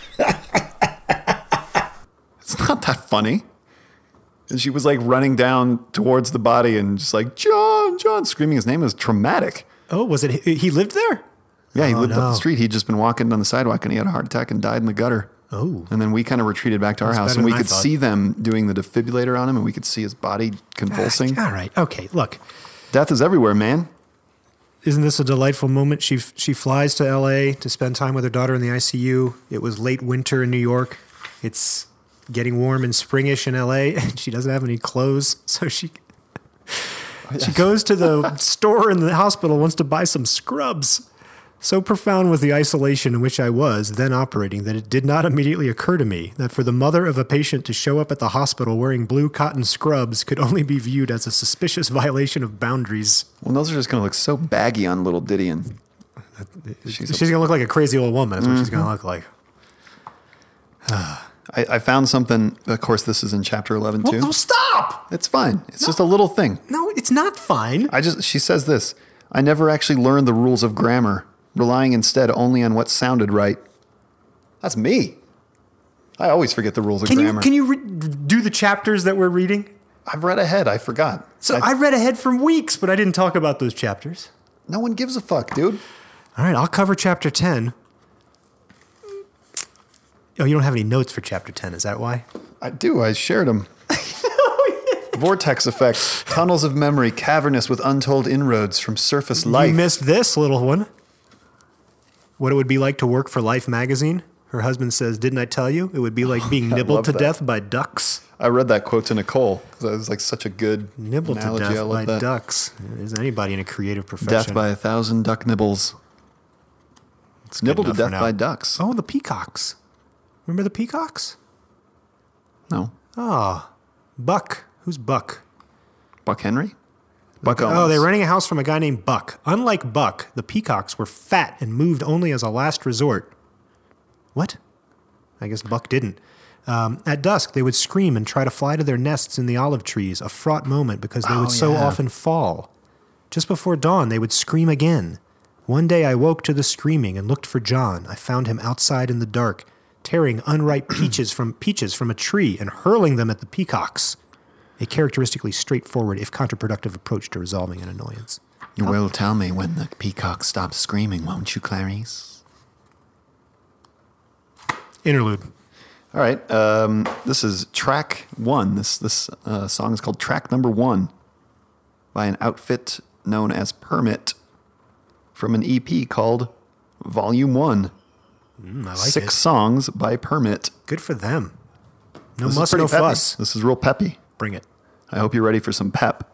S1: it's not that funny. And she was like running down towards the body and just like John, John, screaming his name It was traumatic.
S2: Oh, was it? He lived there?
S1: Yeah, he lived up
S2: Oh, no.
S1: the street. He'd just been walking down the sidewalk and he had a heart attack and died in the gutter.
S2: Oh.
S1: And then we kind of retreated back to our house
S2: better
S1: and we
S2: than I
S1: could
S2: thought.
S1: see them doing the defibrillator on him and we could see his body convulsing.
S2: All right. Okay. Look,
S1: Death is everywhere, man.
S2: isn't this a delightful moment? She she flies to L.A. to spend time with her daughter in the ICU. It was late winter in New York. It's getting warm and springish in L.A. and she doesn't have any clothes, so she she goes to the store in the hospital wants to buy some scrubs. So profound was the isolation in which I was then operating that it did not immediately occur to me that for the mother of a patient to show up at the hospital wearing blue cotton scrubs could only be viewed as a suspicious violation of boundaries.
S1: Well, those are just going to look so baggy on little Didion. She's a-
S2: She's gonna look like a Mm-hmm. crazy old woman. Is what she's gonna look like.
S1: I, I found something. Of course, this is in chapter 11, too.
S2: stop!
S1: It's fine. It's just a little thing.
S2: No, it's not fine.
S1: I just, she says this I never actually learned the rules of grammar, relying instead only on what sounded right. That's me. I always forget the rules of
S2: Can you
S1: grammar.
S2: can you re- do the chapters that we're reading?
S1: I've read ahead. I forgot.
S2: So I, read ahead from weeks, but I didn't talk about those chapters.
S1: no one gives a fuck, dude.
S2: All right, I'll cover chapter ten. Oh, you don't have any notes for chapter ten? Is that why?
S1: I do. I shared them. Vortex effect, tunnels of memory, cavernous with untold inroads from surface
S2: You
S1: life.
S2: missed this little one. What it would be like to work for Life magazine. Her husband says, "Didn't I tell you? It would be like being
S1: love
S2: nibbled to
S1: that.
S2: death by ducks."
S1: I read that quote to Nicole 'cause that was like such a good
S2: Nibbled to
S1: analogy. I
S2: death
S1: love
S2: by
S1: that.
S2: ducks. Is anybody in a creative profession?
S1: Death by a thousand duck nibbles. It's
S2: good
S1: nibbled to
S2: enough
S1: death
S2: for now.
S1: by ducks.
S2: Oh, the peacocks. Remember the peacocks?
S1: No,
S2: Ah, Buck. Who's Buck?
S1: Buck Henry. Buck Owens.
S2: Oh, they're renting a house from a guy named Buck. Unlike Buck, the peacocks were fat and moved only as a last resort. What? I guess Buck didn't. Um, at dusk, they would scream and try to fly to their nests in the olive trees, a fraught moment because they would
S1: Oh,
S2: so
S1: yeah.
S2: often fall. Just before dawn, they would scream again. One day I woke to the screaming and looked for John. I found him outside in the dark, tearing unripe peaches from peaches from a tree and hurling them at the peacocks. A characteristically straightforward, if counterproductive, approach to resolving an annoyance.
S1: You will tell me when the peacock stops screaming, won't you, Clarice?
S2: Interlude.
S1: All right. Um, this is track one. This this uh, song is called track number one by an outfit known as Permit from an EP called Volume One.
S2: Mm, I like
S1: Six
S2: it.
S1: songs by Permit.
S2: Good for them. No
S1: This is
S2: muss,
S1: pretty
S2: no
S1: peppy.
S2: fuss.
S1: This is real peppy.
S2: Bring it.
S1: I hope you're ready for some pep.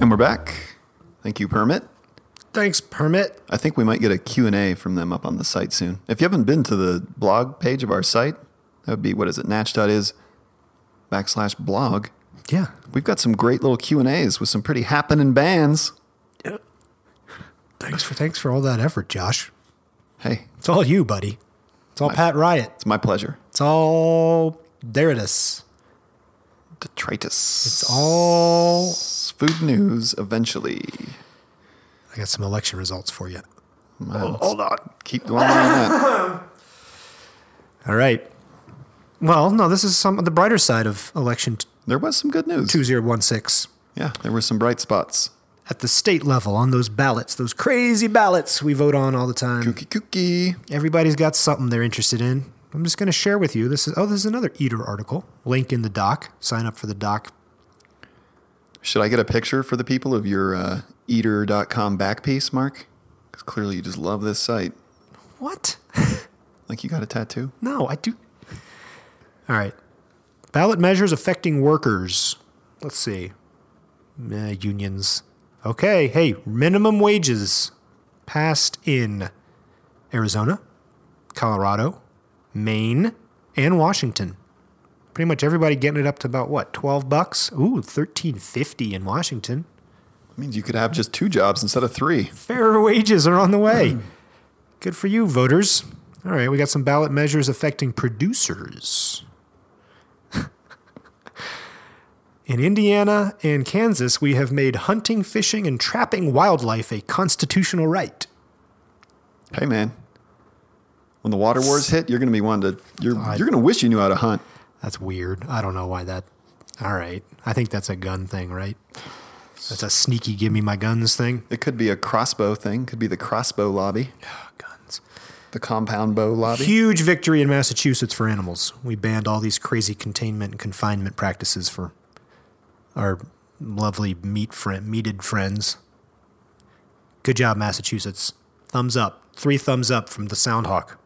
S1: And we're back. Thank you, Permit.
S2: Thanks, Permit.
S1: I think we might get a Q&A from them up on the site soon. If you haven't been to the blog page of our site, that would be, what is it, natch.is backslash blog.
S2: Yeah.
S1: We've got some great little Q&As with some pretty happening bands.
S2: Thanks for thanks for all that effort, Josh.
S1: Hey,
S2: It's all you, buddy. It's all Pat Riot.
S1: it's my pleasure.
S2: It's all Deritus.
S1: Detritus.
S2: It's all.
S1: It's food news eventually.
S2: I got some election results for you.
S1: hold on. Keep going on that.
S2: All right. Well, no, this is some the brighter side of election
S1: There was some good news.
S2: 2016.
S1: Yeah, there were some bright spots.
S2: At the state level, on those ballots, those crazy ballots we vote on all the time.
S1: Kooky kooky.
S2: Everybody's got something they're interested in. I'm just going to share with you. This is oh, this is another Eater article. Link in the doc. Sign up for the doc.
S1: Should I get a picture for the people of your uh, eater.com back piece, Mark? Because clearly you just love this site.
S2: What?
S1: Like you got a tattoo?
S2: No, I do. All right. Ballot measures affecting workers. Let's see. Eh, unions. Okay. Hey, minimum wages passed in Arizona, Colorado, Maine, and Washington. Pretty much everybody getting it up to about what, 12 bucks? Ooh, 13.50 in Washington.
S1: It means you could have just two jobs instead of three.
S2: Fairer wages are on the way. Good for you, voters. All right, we got some ballot measures affecting producers. In Indiana and Kansas, we have made hunting, fishing, and trapping wildlife a constitutional right.
S1: Hey, man. When the water wars hit, you're going to be wanting to, you're, you're going to wish you knew how to hunt.
S2: That's weird. I don't know why that. All right. I think that's a gun thing, right? That's a sneaky give me my guns thing.
S1: It could be a crossbow thing, could be the crossbow lobby,
S2: Guns.
S1: the compound bow lobby.
S2: Huge victory in Massachusetts for animals. We banned all these crazy containment and confinement practices for our lovely meat friend, meated friends. Good job, Massachusetts. Thumbs up. Three thumbs up from the Soundhawk.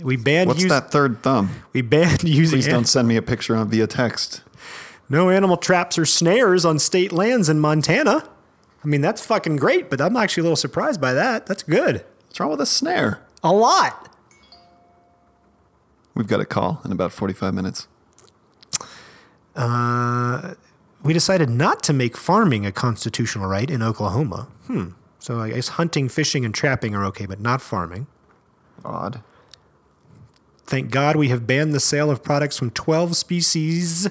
S2: We banned
S1: What's
S2: use-
S1: that third thumb?
S2: We banned using
S1: Please don't send me a picture on via text.
S2: no animal traps or snares on state lands in Montana. I mean, that's fucking great, but I'm actually a little surprised by that. That's good.
S1: What's wrong with a snare?
S2: A lot.
S1: We've got a call in about 45 minutes.
S2: we decided not to make farming a constitutional right in Oklahoma. Hmm. So I guess hunting, fishing, and trapping are okay, but not farming.
S1: Odd.
S2: Thank God we have banned the sale of products from 12 species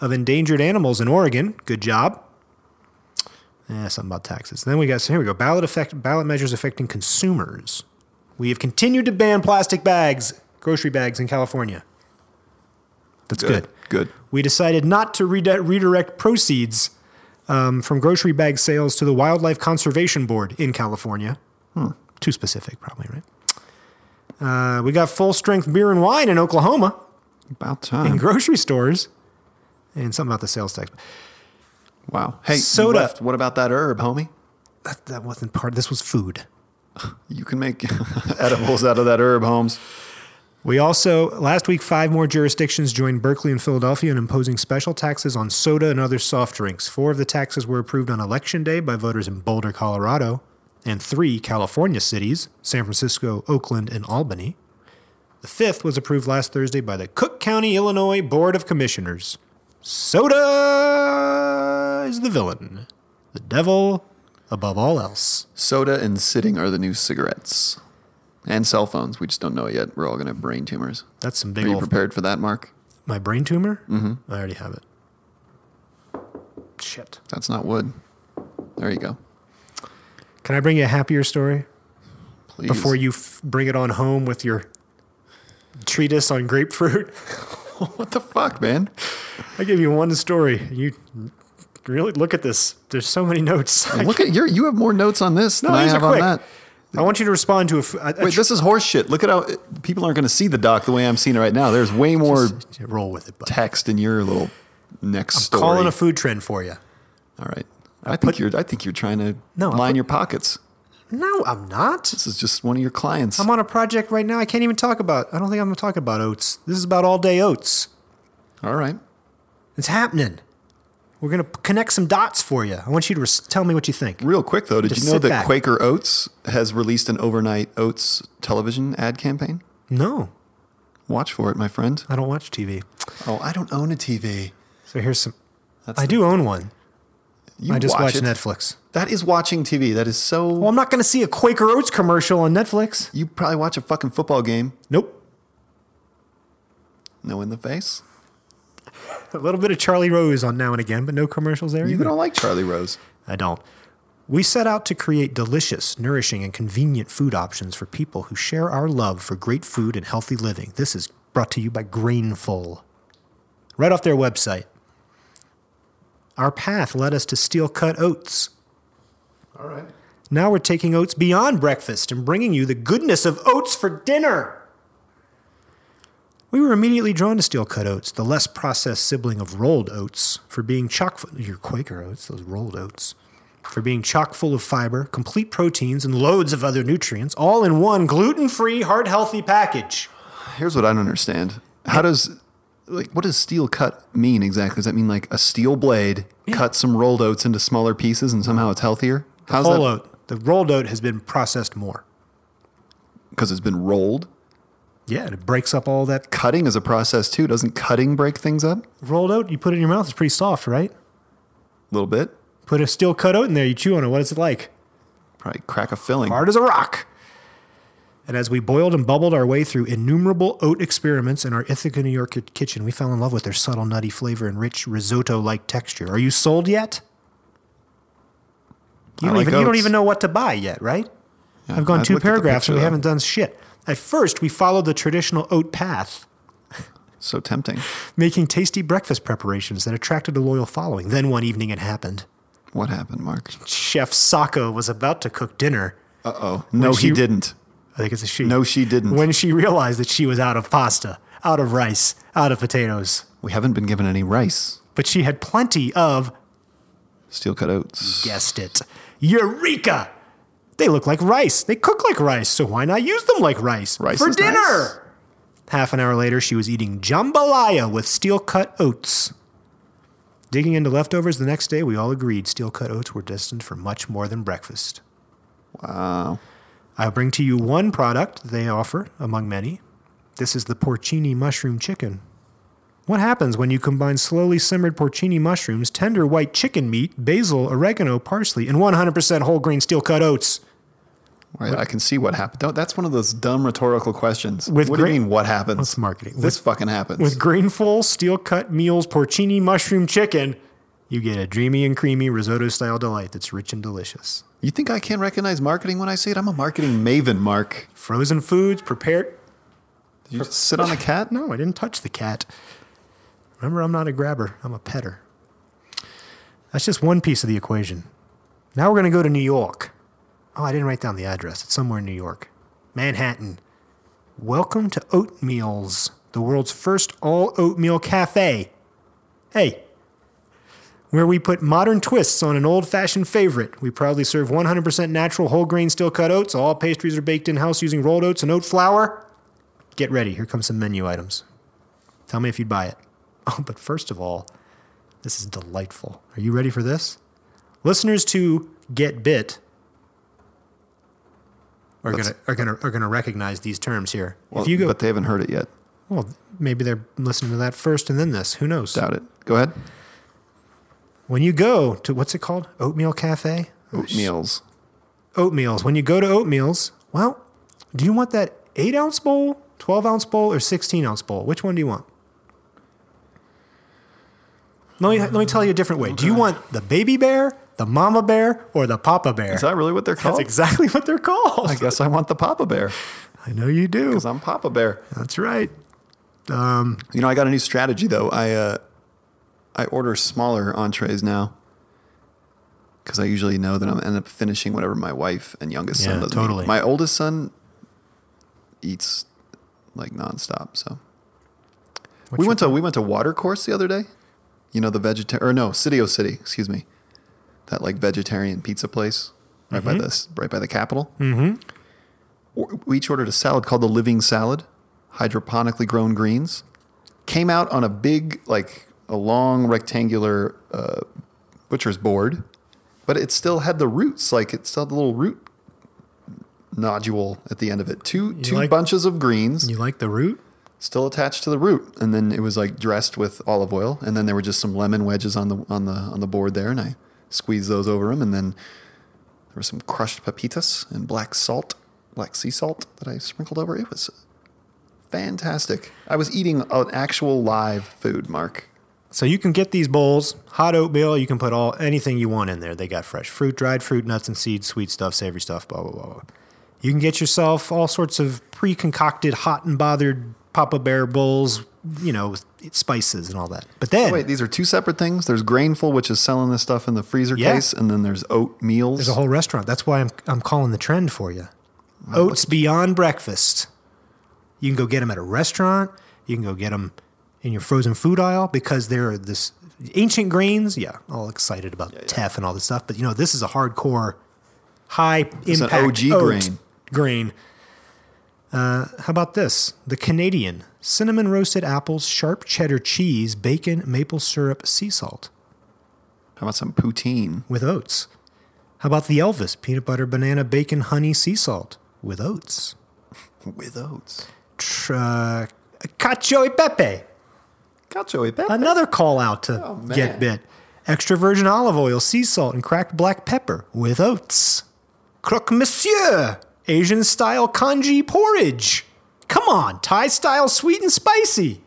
S2: of endangered animals in Oregon. Good job. Eh, something about taxes. Then we got, so here we go. Ballot, effect, ballot measures affecting consumers. We have continued to ban plastic bags, grocery bags in California. That's good.
S1: Good.
S2: We decided not to rede- redirect proceeds um, from grocery bag sales to the Wildlife Conservation Board in California. Too specific, probably, right? Uh, we got full strength beer and wine in Oklahoma
S1: About
S2: in
S1: time.
S2: grocery stores. And something about the sales tax.
S1: Wow. Hey, you
S2: Soda.
S1: left. What about that herb, homie?
S2: That, that wasn't part. This was food.
S1: You can make edibles out of that herb, Holmes.
S2: We also, last week, five more jurisdictions joined Berkeley and Philadelphia in imposing special taxes on soda and other soft drinks. Four of the taxes were approved on Election Day by voters in Boulder, Colorado, and three California cities San Francisco, Oakland, and Albany. The fifth was approved last Thursday by the Cook County, Illinois Board of Commissioners. Soda is the villain, the devil above all else.
S1: Soda and sitting are the new cigarettes. And cell phones. We just don't know it yet. We're all going to have brain tumors.
S2: That's some
S1: Are
S2: big
S1: you
S2: old
S1: prepared for that, Mark?
S2: My brain tumor? Mm-hmm. I already have it. Shit.
S1: That's not wood. There you go.
S2: Can I bring you a happier story
S1: Please.
S2: before you f- bring it on home with your treatise on grapefruit?
S1: What the fuck, man?
S2: I give you one story. You really look at this. There's so many notes. I,
S1: Look at your. You have more notes on this
S2: No,
S1: than I
S2: these are
S1: have on
S2: quick.
S1: that.
S2: want you to respond to a. f- a- a
S1: Wait,
S2: tr-
S1: this is horse shit. Look at how people aren't going to see the doc the way I'm seeing it right now. There's way more
S2: roll with it, bud.
S1: text in your little next story.
S2: Calling a food trend for you.
S1: All right. I think you're. I think you're trying to
S2: No, I
S1: line
S2: put-
S1: your pockets.
S2: No, I'm not.
S1: This is just one of your clients.
S2: I'm on a project right now. I can't even talk about. I don't think I'm going to talk about oats. This is about all day oats.
S1: All right.
S2: It's happening. We're going to connect some dots for you. I want you to res- tell me what you think.
S1: Real quick though, did
S2: Just
S1: you know
S2: sit
S1: that
S2: back.
S1: Quaker Oats has released an overnight oats television ad campaign?
S2: No,
S1: Watch for it, my friend.
S2: I don't watch TV.
S1: Oh, I don't own a TV.
S2: So here's some.
S1: That's
S2: I
S1: the-
S2: do own one.
S1: You
S2: I just
S1: watch
S2: watch
S1: it.
S2: Netflix.
S1: That is watching TV. That is so.
S2: Well, I'm not going to see a Quaker Oats commercial on Netflix.
S1: you probably watch a fucking football game.
S2: Nope.
S1: No in the face.
S2: A little bit of Charlie Rose on now and again, but no commercials there
S1: You
S2: either.
S1: don't like Charlie Rose.
S2: I don't. We set out to create delicious, nourishing, and convenient food options for people who share our love for great food and healthy living. This is brought to you by Grainful. Right off their website. Our path led us to steel cut oats.
S1: All right.
S2: Now we're taking oats beyond breakfast and bringing you the goodness of oats for dinner. We were immediately drawn to steel cut oats, the less processed sibling of rolled oats, for being chock full your Quaker oats, those rolled oats, for being chock full of fiber, complete proteins, and loads of other nutrients, all in one gluten-free, heart-healthy package.
S1: Here's what I don't understand. How does like what does steel cut mean exactly? Does that mean like a steel blade cuts some rolled oats into smaller pieces and somehow it's healthier? How's
S2: Whole
S1: that?
S2: oat. The rolled oat has been processed more.
S1: Because it's been rolled.
S2: Yeah, and it breaks up all that
S1: Cutting is a process too. Doesn't cutting break things up a
S2: rolled oat you put it in your mouth. It's pretty soft, right?
S1: little bit?
S2: Put a steel cut oat in there, you chew on it. What is it like?
S1: Probably crack a filling.
S2: hard as a rock. And as we boiled and bubbled our way through innumerable oat experiments in our Ithaca, New York kitchen, we fell in love with their subtle nutty flavor and rich risotto like texture. Are you sold yet?
S1: I
S2: You don't,
S1: like
S2: even, you don't
S1: oats.
S2: even know what to buy yet, right?
S1: Yeah,
S2: I've gone
S1: I'd
S2: two
S1: looked at the
S2: paragraphs and we
S1: picture,
S2: haven't done shit. At first, we followed the traditional oat path,
S1: though. So tempting.
S2: making tasty breakfast preparations that attracted a loyal following. Then one evening it happened.
S1: What happened, Mark?
S2: Chef Sacco was about to cook dinner.
S1: Uh oh. No, he
S2: she-
S1: didn't.
S2: I think it's a she.
S1: No, she didn't.
S2: when she realized that she was out of pasta, out of rice, out of potatoes.
S1: we haven't been given any rice.
S2: But she had plenty of,
S1: Steel cut oats.
S2: guessed it, eureka! They look like rice. They cook like rice, so why not use them like rice?
S1: Rice
S2: for
S1: is
S2: dinner!
S1: nice.
S2: Half an hour later, she was eating jambalaya with steel cut oats. Digging into leftovers the next day, we all agreed steel cut oats were destined for much more than breakfast.
S1: Wow.
S2: I bring to you one product they offer among many. This is the porcini mushroom chicken. What happens when you combine slowly simmered porcini mushrooms, tender white chicken meat, basil, oregano, parsley, and 100% whole grain steel cut oats?
S1: Right? I can see what happened. Don't- That's one of those dumb rhetorical questions.
S2: With
S1: what do
S2: great-
S1: you mean? What happens?
S2: That's marketing.
S1: This fucking happens.
S2: With grainful, steel cut meals, porcini, mushroom, chicken, you get a dreamy and creamy risotto style delight that's rich and delicious.
S1: you think I can't recognize marketing when I see it? I'm a marketing maven, Mark.
S2: Frozen foods prepared.
S1: Did you just sit on a cat?
S2: No, I didn't touch the cat. Remember, I'm not a grabber, I'm a petter. That's just one piece of the equation. Now we're going to go to New York. Oh, I didn't write down the address. It's somewhere in New York. Manhattan. Welcome to Oatmeals, the world's first all oatmeal cafe. Hey, where we put modern twists on an old fashioned favorite. We proudly serve 100% natural whole grain steel cut oats. All pastries are baked in house using rolled oats and oat flour. Get ready. Here comes some menu items. Tell me if you'd buy it. Oh, but first of all, this is delightful. Are you ready for this? Listeners to Get Bit are
S1: That's-
S2: gonna are gonna are gonna recognize these terms here.
S1: Well,
S2: if you go,
S1: but they haven't heard it yet.
S2: well, maybe they're listening to that first and then this. Who knows?
S1: Doubt it. Go ahead.
S2: When you go to what's it called? Oatmeal Cafe?
S1: Oatmeals.
S2: Oatmeals. When you go to oatmeals, well, do you want that eight ounce bowl, twelve ounce bowl, or sixteen ounce bowl? Which one do you want? Let me let me tell you a different way. Do you want the baby bear, the mama bear, or the papa bear?
S1: Is that really what they're
S2: That's
S1: called?
S2: exactly what they're called.
S1: I guess I want the Papa Bear
S2: I know you do.
S1: because I'm Papa Bear.
S2: That's right.
S1: You know, I got a new strategy though. I uh, I order smaller entrees now because I usually know that I'm end up finishing whatever my wife and youngest son
S2: Yeah,
S1: doesn't.
S2: totally.
S1: Eat. My oldest son eats like nonstop. So we went to we went to Watercourse the other day. You know the vegetarian or no Sitio City, excuse me, that like vegetarian pizza place right by this right by the Capitol. Mm-hmm. We each ordered a salad called the Living Salad, hydroponically grown greens came out on a big, like a long rectangular uh, butcher's board, but it still had the roots. Like it still had the little root nodule at the end of it. Two two
S2: like-
S1: bunches of greens
S2: You like the root?
S1: still attached to the root, and then it was like dressed with olive oil, and then there were just some lemon wedges on the on the on the board there, and I squeezed those over them, and then there was some crushed pepitas and black salt, black sea salt that I sprinkled over. It was fantastic. I was eating an actual live food, Mark.
S2: So you can get these bowls, hot oatmeal. You can put all anything you want in there. They got fresh fruit, dried fruit, nuts and seeds, sweet stuff, savory stuff, blah blah blah. blah. You can get yourself all sorts of pre-concocted, hot and bothered Papa Bear bowls, you know, with spices and all that. But then
S1: Oh, Wait, these are two separate things. There's Grainful, which is selling this stuff in the freezer
S2: Yeah.
S1: case, and then there's oat meals.
S2: there's a whole restaurant. That's why I'm I'm calling the trend for you. Oats beyond breakfast. You can go get them at a restaurant. You can go get them in your frozen food aisle because there are this ancient grains. Yeah, all excited about teff and all this stuff. But you know, this is a hardcore, high
S1: an
S2: impact
S1: OG
S2: oat
S1: grain.
S2: Grain. Uh, how about this? The Canadian cinnamon roasted apples, sharp cheddar cheese, bacon, maple syrup, sea salt
S1: How about some poutine?
S2: with oats. How about the Elvis peanut butter, banana, bacon, honey, sea salt with oats?
S1: With oats.
S2: Tr- uh, cacio e pepe,
S1: Cacio e pepe.
S2: another call out to
S1: Oh, man.
S2: get bit. Extra virgin olive oil, sea salt, and cracked black pepper with oats. Croque monsieur, Asian style congee porridge. Come on, Thai style sweet and spicy.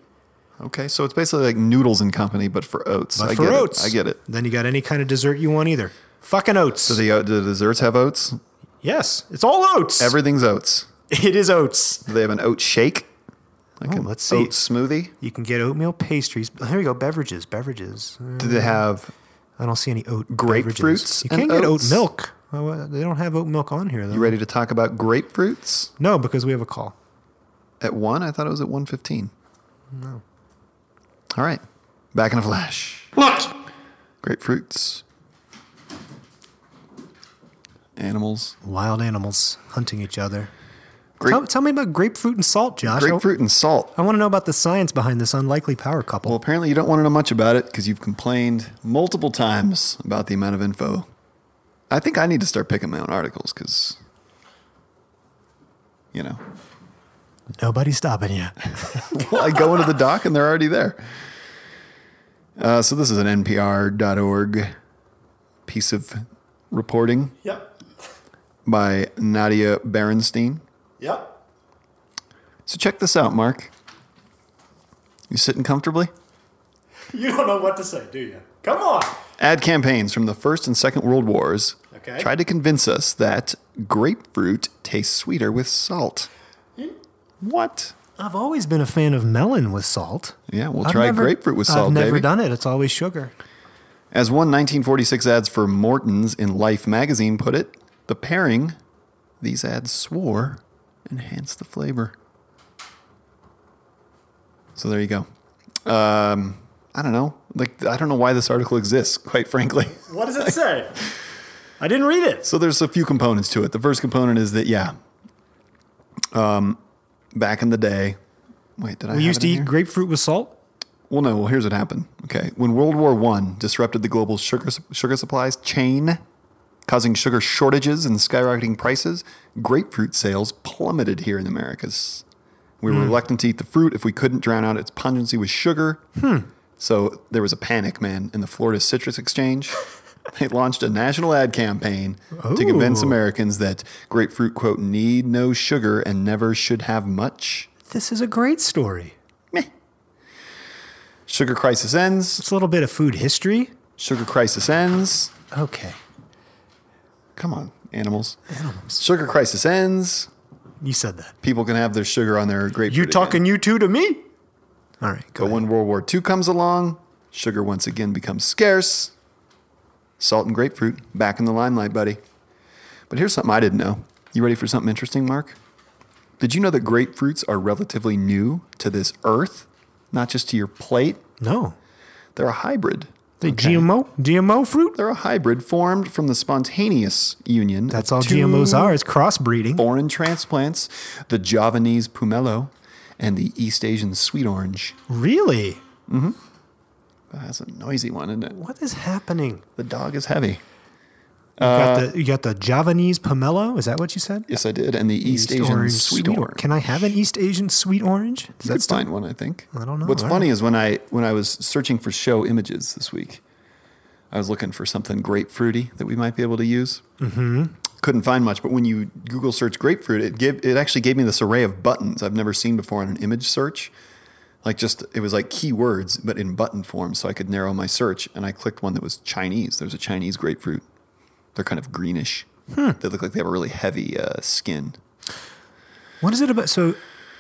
S1: Okay, so it's basically like noodles and company, but for oats.
S2: But
S1: I
S2: for
S1: get
S2: oats,
S1: It. I get it.
S2: Then you got any kind of dessert you want either. Fucking oats.
S1: Do the, uh, do the desserts have oats?
S2: yes, it's all oats.
S1: Everything's oats.
S2: it is oats.
S1: Do they have an oat shake? Like
S2: Oh,
S1: an
S2: let's see.
S1: oat smoothie?
S2: You can get oatmeal pastries. Here we go, beverages, beverages. Uh,
S1: Do they have
S2: I don't see any oat
S1: Grapefruits
S2: beverages. You
S1: and
S2: can get
S1: oats?
S2: oat milk. Oh, uh, they don't have oat milk on here though.
S1: you ready to talk about grapefruits?
S2: No, because we have a call.
S1: At one? I thought it was at one fifteen. No. All right. Back in a flash.
S4: What?
S1: Grapefruits. Animals.
S2: Wild animals hunting each other.
S1: Grape-
S2: tell, tell me about grapefruit and salt, Josh. I-
S1: grapefruit and salt.
S2: I, want to know about the science behind this unlikely power couple.
S1: Well, apparently you don't want to know much about it because you've complained multiple times about the amount of info. I think I need to start picking my own articles because, you know,
S2: Nobody's stopping you.
S1: well, I go into the doc and they're already there. Uh, so this is an NPR.org piece of reporting.
S4: Yep.
S1: by Nadia Berenstein.
S5: Yep.
S1: So check this out, Mark. You sitting comfortably?
S5: You don't know what to say, do you? Come on.
S1: Ad campaigns from the First and Second World Wars
S5: Okay.
S1: tried to convince us that grapefruit tastes sweeter with salt. What?
S2: I've always been a fan of melon with salt.
S1: Yeah, we'll
S2: I've
S1: try
S2: never-
S1: grapefruit with salt,
S2: I've never
S1: baby.
S2: done it. It's always sugar.
S1: As one 1946 ads for Morton's in Life magazine put it, the pairing these ads swore enhanced the flavor. So there you go. Um, I don't know. Like I don't know why this article exists, quite frankly.
S5: What does it say? I didn't read it.
S1: So there's a few components to it. The first component is that yeah, um, back in the day, wait, did I?
S2: We
S1: have
S2: used
S1: it
S2: to
S1: in
S2: eat
S1: here?
S2: grapefruit with salt.
S1: Well, no. Well, here's what happened. Okay, when World War One disrupted the global sugar sugar supplies chain, causing sugar shortages and skyrocketing prices, grapefruit sales plummeted here in the Americas. We were reluctant to eat the fruit if we couldn't drown out its pungency with sugar. So there was a panic, man, in the Florida Citrus Exchange. They launched a national ad campaign to convince
S2: Ooh.
S1: Americans that grapefruit, quote, need no sugar and never should have much.
S2: This is a great story.
S1: Meh. Sugar crisis ends.
S2: It's a little bit of food history.
S1: Sugar crisis ends.
S2: Okay.
S1: Come on, animals. Animals. Sugar crisis ends.
S2: You said that.
S1: People can have their sugar on their grapefruit.
S2: You
S1: again.
S2: talking you two to me? All right. Go
S1: But when World War II comes along, sugar once again becomes scarce. Salt and grapefruit back in the limelight, buddy. But here's something I didn't know. You ready for something interesting, Mark? Did you know that grapefruits are relatively new to this earth, not just to your plate?
S2: No.
S1: They're a hybrid.
S2: The GMO GMO fruit.
S1: They're a hybrid formed from the spontaneous union. of
S2: That's all
S1: two
S2: GMOs are. It's crossbreeding.
S1: Foreign transplants, the Javanese pomelo, and the East Asian sweet orange.
S2: Really?
S1: That's a noisy one, isn't it?
S2: What is happening?
S1: The dog is heavy.
S2: You
S1: Uh,
S2: got the you got the Javanese pomelo. Is that what you said?
S1: Yes, I did. And the East, Asian sweet,
S2: or-
S1: orange.
S2: Can I have an East Asian sweet orange? Does
S1: You could
S2: that still-
S1: find one, I think.
S2: I don't know.
S1: What's
S2: All
S1: funny is when I when I was searching for show images this week, I was looking for something grapefruity that we might be able to use. Mm-hmm. Couldn't find much, but when you Google search grapefruit, it gave it actually gave me this array of buttons I've never seen before on an image search. Like just it was like keywords, but in button form, so I could narrow my search. And I clicked one that was Chinese. There's a Chinese grapefruit. They're kind of greenish.
S2: Hmm.
S1: They look like they have a really heavy uh, skin.
S2: What is it about? So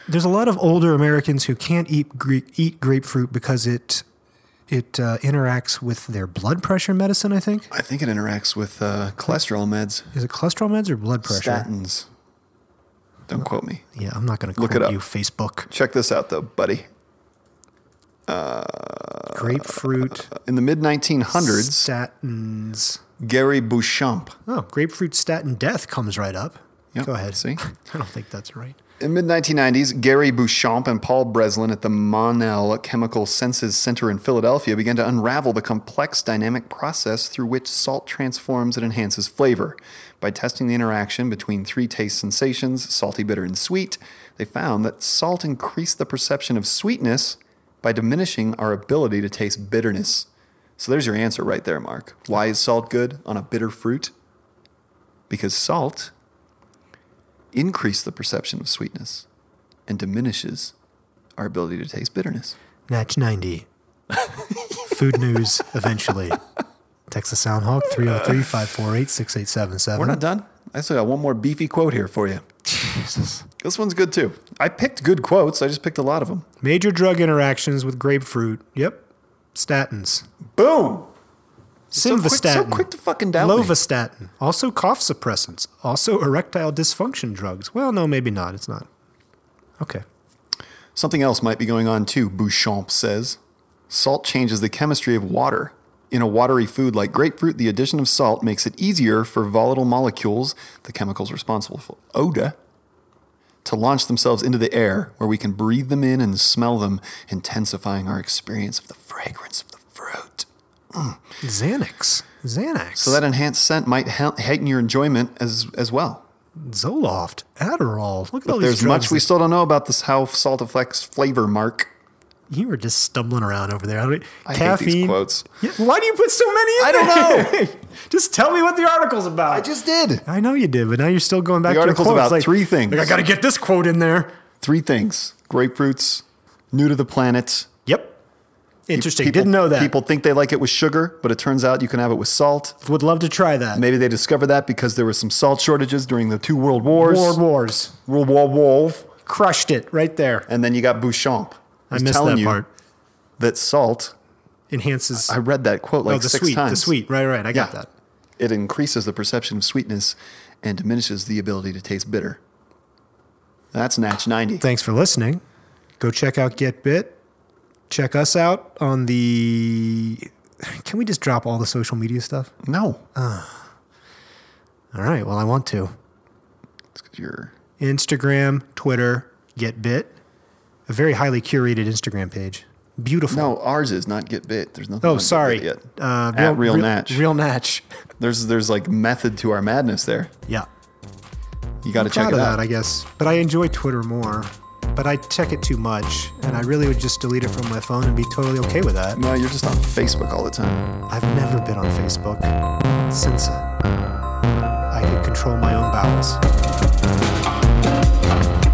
S2: there's a lot of older Americans who can't eat gre- eat grapefruit because it it uh, interacts with their blood pressure medicine. I think
S1: I think it interacts with uh, cholesterol meds.
S2: is it cholesterol meds or blood pressure?
S1: Statins. Don't quote me.
S2: Yeah, I'm not going to
S1: Look
S2: quote
S1: it up.
S2: you. Facebook
S1: Check this out, though, buddy.
S2: grapefruit
S1: In the mid 1900s,
S2: statins.
S1: Gary Bouchamp.
S2: Oh, grapefruit statin death comes right up.
S1: Yep,
S2: Go ahead.
S1: see?
S2: I don't think that's right.
S1: In mid 1990s, Gary Bouchamp and Paul Breslin at the Monell Chemical Senses Center in Philadelphia began to unravel the complex dynamic process through which salt transforms and enhances flavor. By testing the interaction between three taste sensations, salty, bitter, and sweet, they found that salt increased the perception of sweetness by diminishing our ability to taste bitterness. So there's your answer right there, Mark. Why is salt good on a bitter fruit? Because salt increase the perception of sweetness and diminishes our ability to taste bitterness.
S2: Natch 90. Food news eventually. Texas Sound oh Hawk 303 548 6877.
S1: We're not done. I still got one more beefy quote here for you. This one's good too. I picked good quotes. I just picked a lot of them.
S2: Major drug interactions with grapefruit. Yep. Statins.
S1: Boom. So quick,
S2: Simvastatin.
S1: so quick to fucking doubt me.
S2: Lovastatin. Also cough suppressants. Also erectile dysfunction drugs. Well, no, maybe not. It's not. Okay.
S1: Something else might be going on too, Bouchamp says. Salt changes the chemistry of water. In a watery food like grapefruit, the addition of salt makes it easier for volatile molecules, the chemicals responsible for odor, to launch themselves into the air where we can breathe them in and smell them, intensifying our experience of the fragrance of the fruit.
S2: Xanax. Xanax.
S1: So that enhanced scent might he- heighten your enjoyment as, as well.
S2: Zoloft. Adderall. Look at all these
S1: There's
S2: drugs.
S1: much we still don't know about this how salt affects flavor, Mark.
S2: you were just stumbling around over there. I, don't-
S1: I hate
S2: caffeine.
S1: these quotes.
S2: Yeah, why do you put so many in
S1: I don't know.
S5: Just tell me what the article's about.
S1: I just did.
S2: I know you did, but now you're still going back
S1: The
S2: to your
S1: article's
S2: quotes,
S1: about
S2: like-
S1: three things.
S2: Like I got to get this quote in there.
S1: Three things grapefruits, new to the planet.
S2: Yep. Interesting. Didn't know that.
S1: People
S2: People
S1: think they like it with sugar, but it turns out you can have it with salt.
S2: would love to try that.
S1: Maybe they discovered that because there were some salt shortages during the two world wars.
S2: World Wars
S1: World War Wolf.
S2: crushed it right there.
S1: And then you got Bouchamp.
S2: I
S1: who's
S2: missed
S1: telling
S2: that
S1: you
S2: part.
S1: That salt,
S2: Enhances.
S1: I read that quote like
S2: oh, the
S1: six
S2: sweet.
S1: times.
S2: The sweet. Right. Right. I
S1: Yeah.
S2: got that.
S1: It increases the perception of sweetness and diminishes the ability to taste bitter. That's Natch 90.
S2: Thanks for listening. Go check out Get Bit. Check us out on the. Can we just drop all the social media stuff?
S1: No.
S2: Uh. All right. Well, I want to.
S1: It's 'cause you're.
S2: Instagram, Twitter, Get Bit. A very highly curated Instagram page. Beautiful.
S1: No, ours is not get bit. There's nothing. on
S2: Oh,
S1: Get Bit
S2: sorry.
S1: yet.
S2: Uh,
S1: At real, Natch.
S2: Real Natch.
S1: there's there's like method to our madness there.
S2: Yeah.
S1: You got to check
S2: proud
S1: it
S2: of
S1: out.
S2: that, I guess. But I enjoy Twitter more. But I check it too much, and I really would just delete it from my phone and be totally okay with that.
S1: no, you're just on Facebook all the time.
S2: I've never been on Facebook since uh, I could control my own bowels.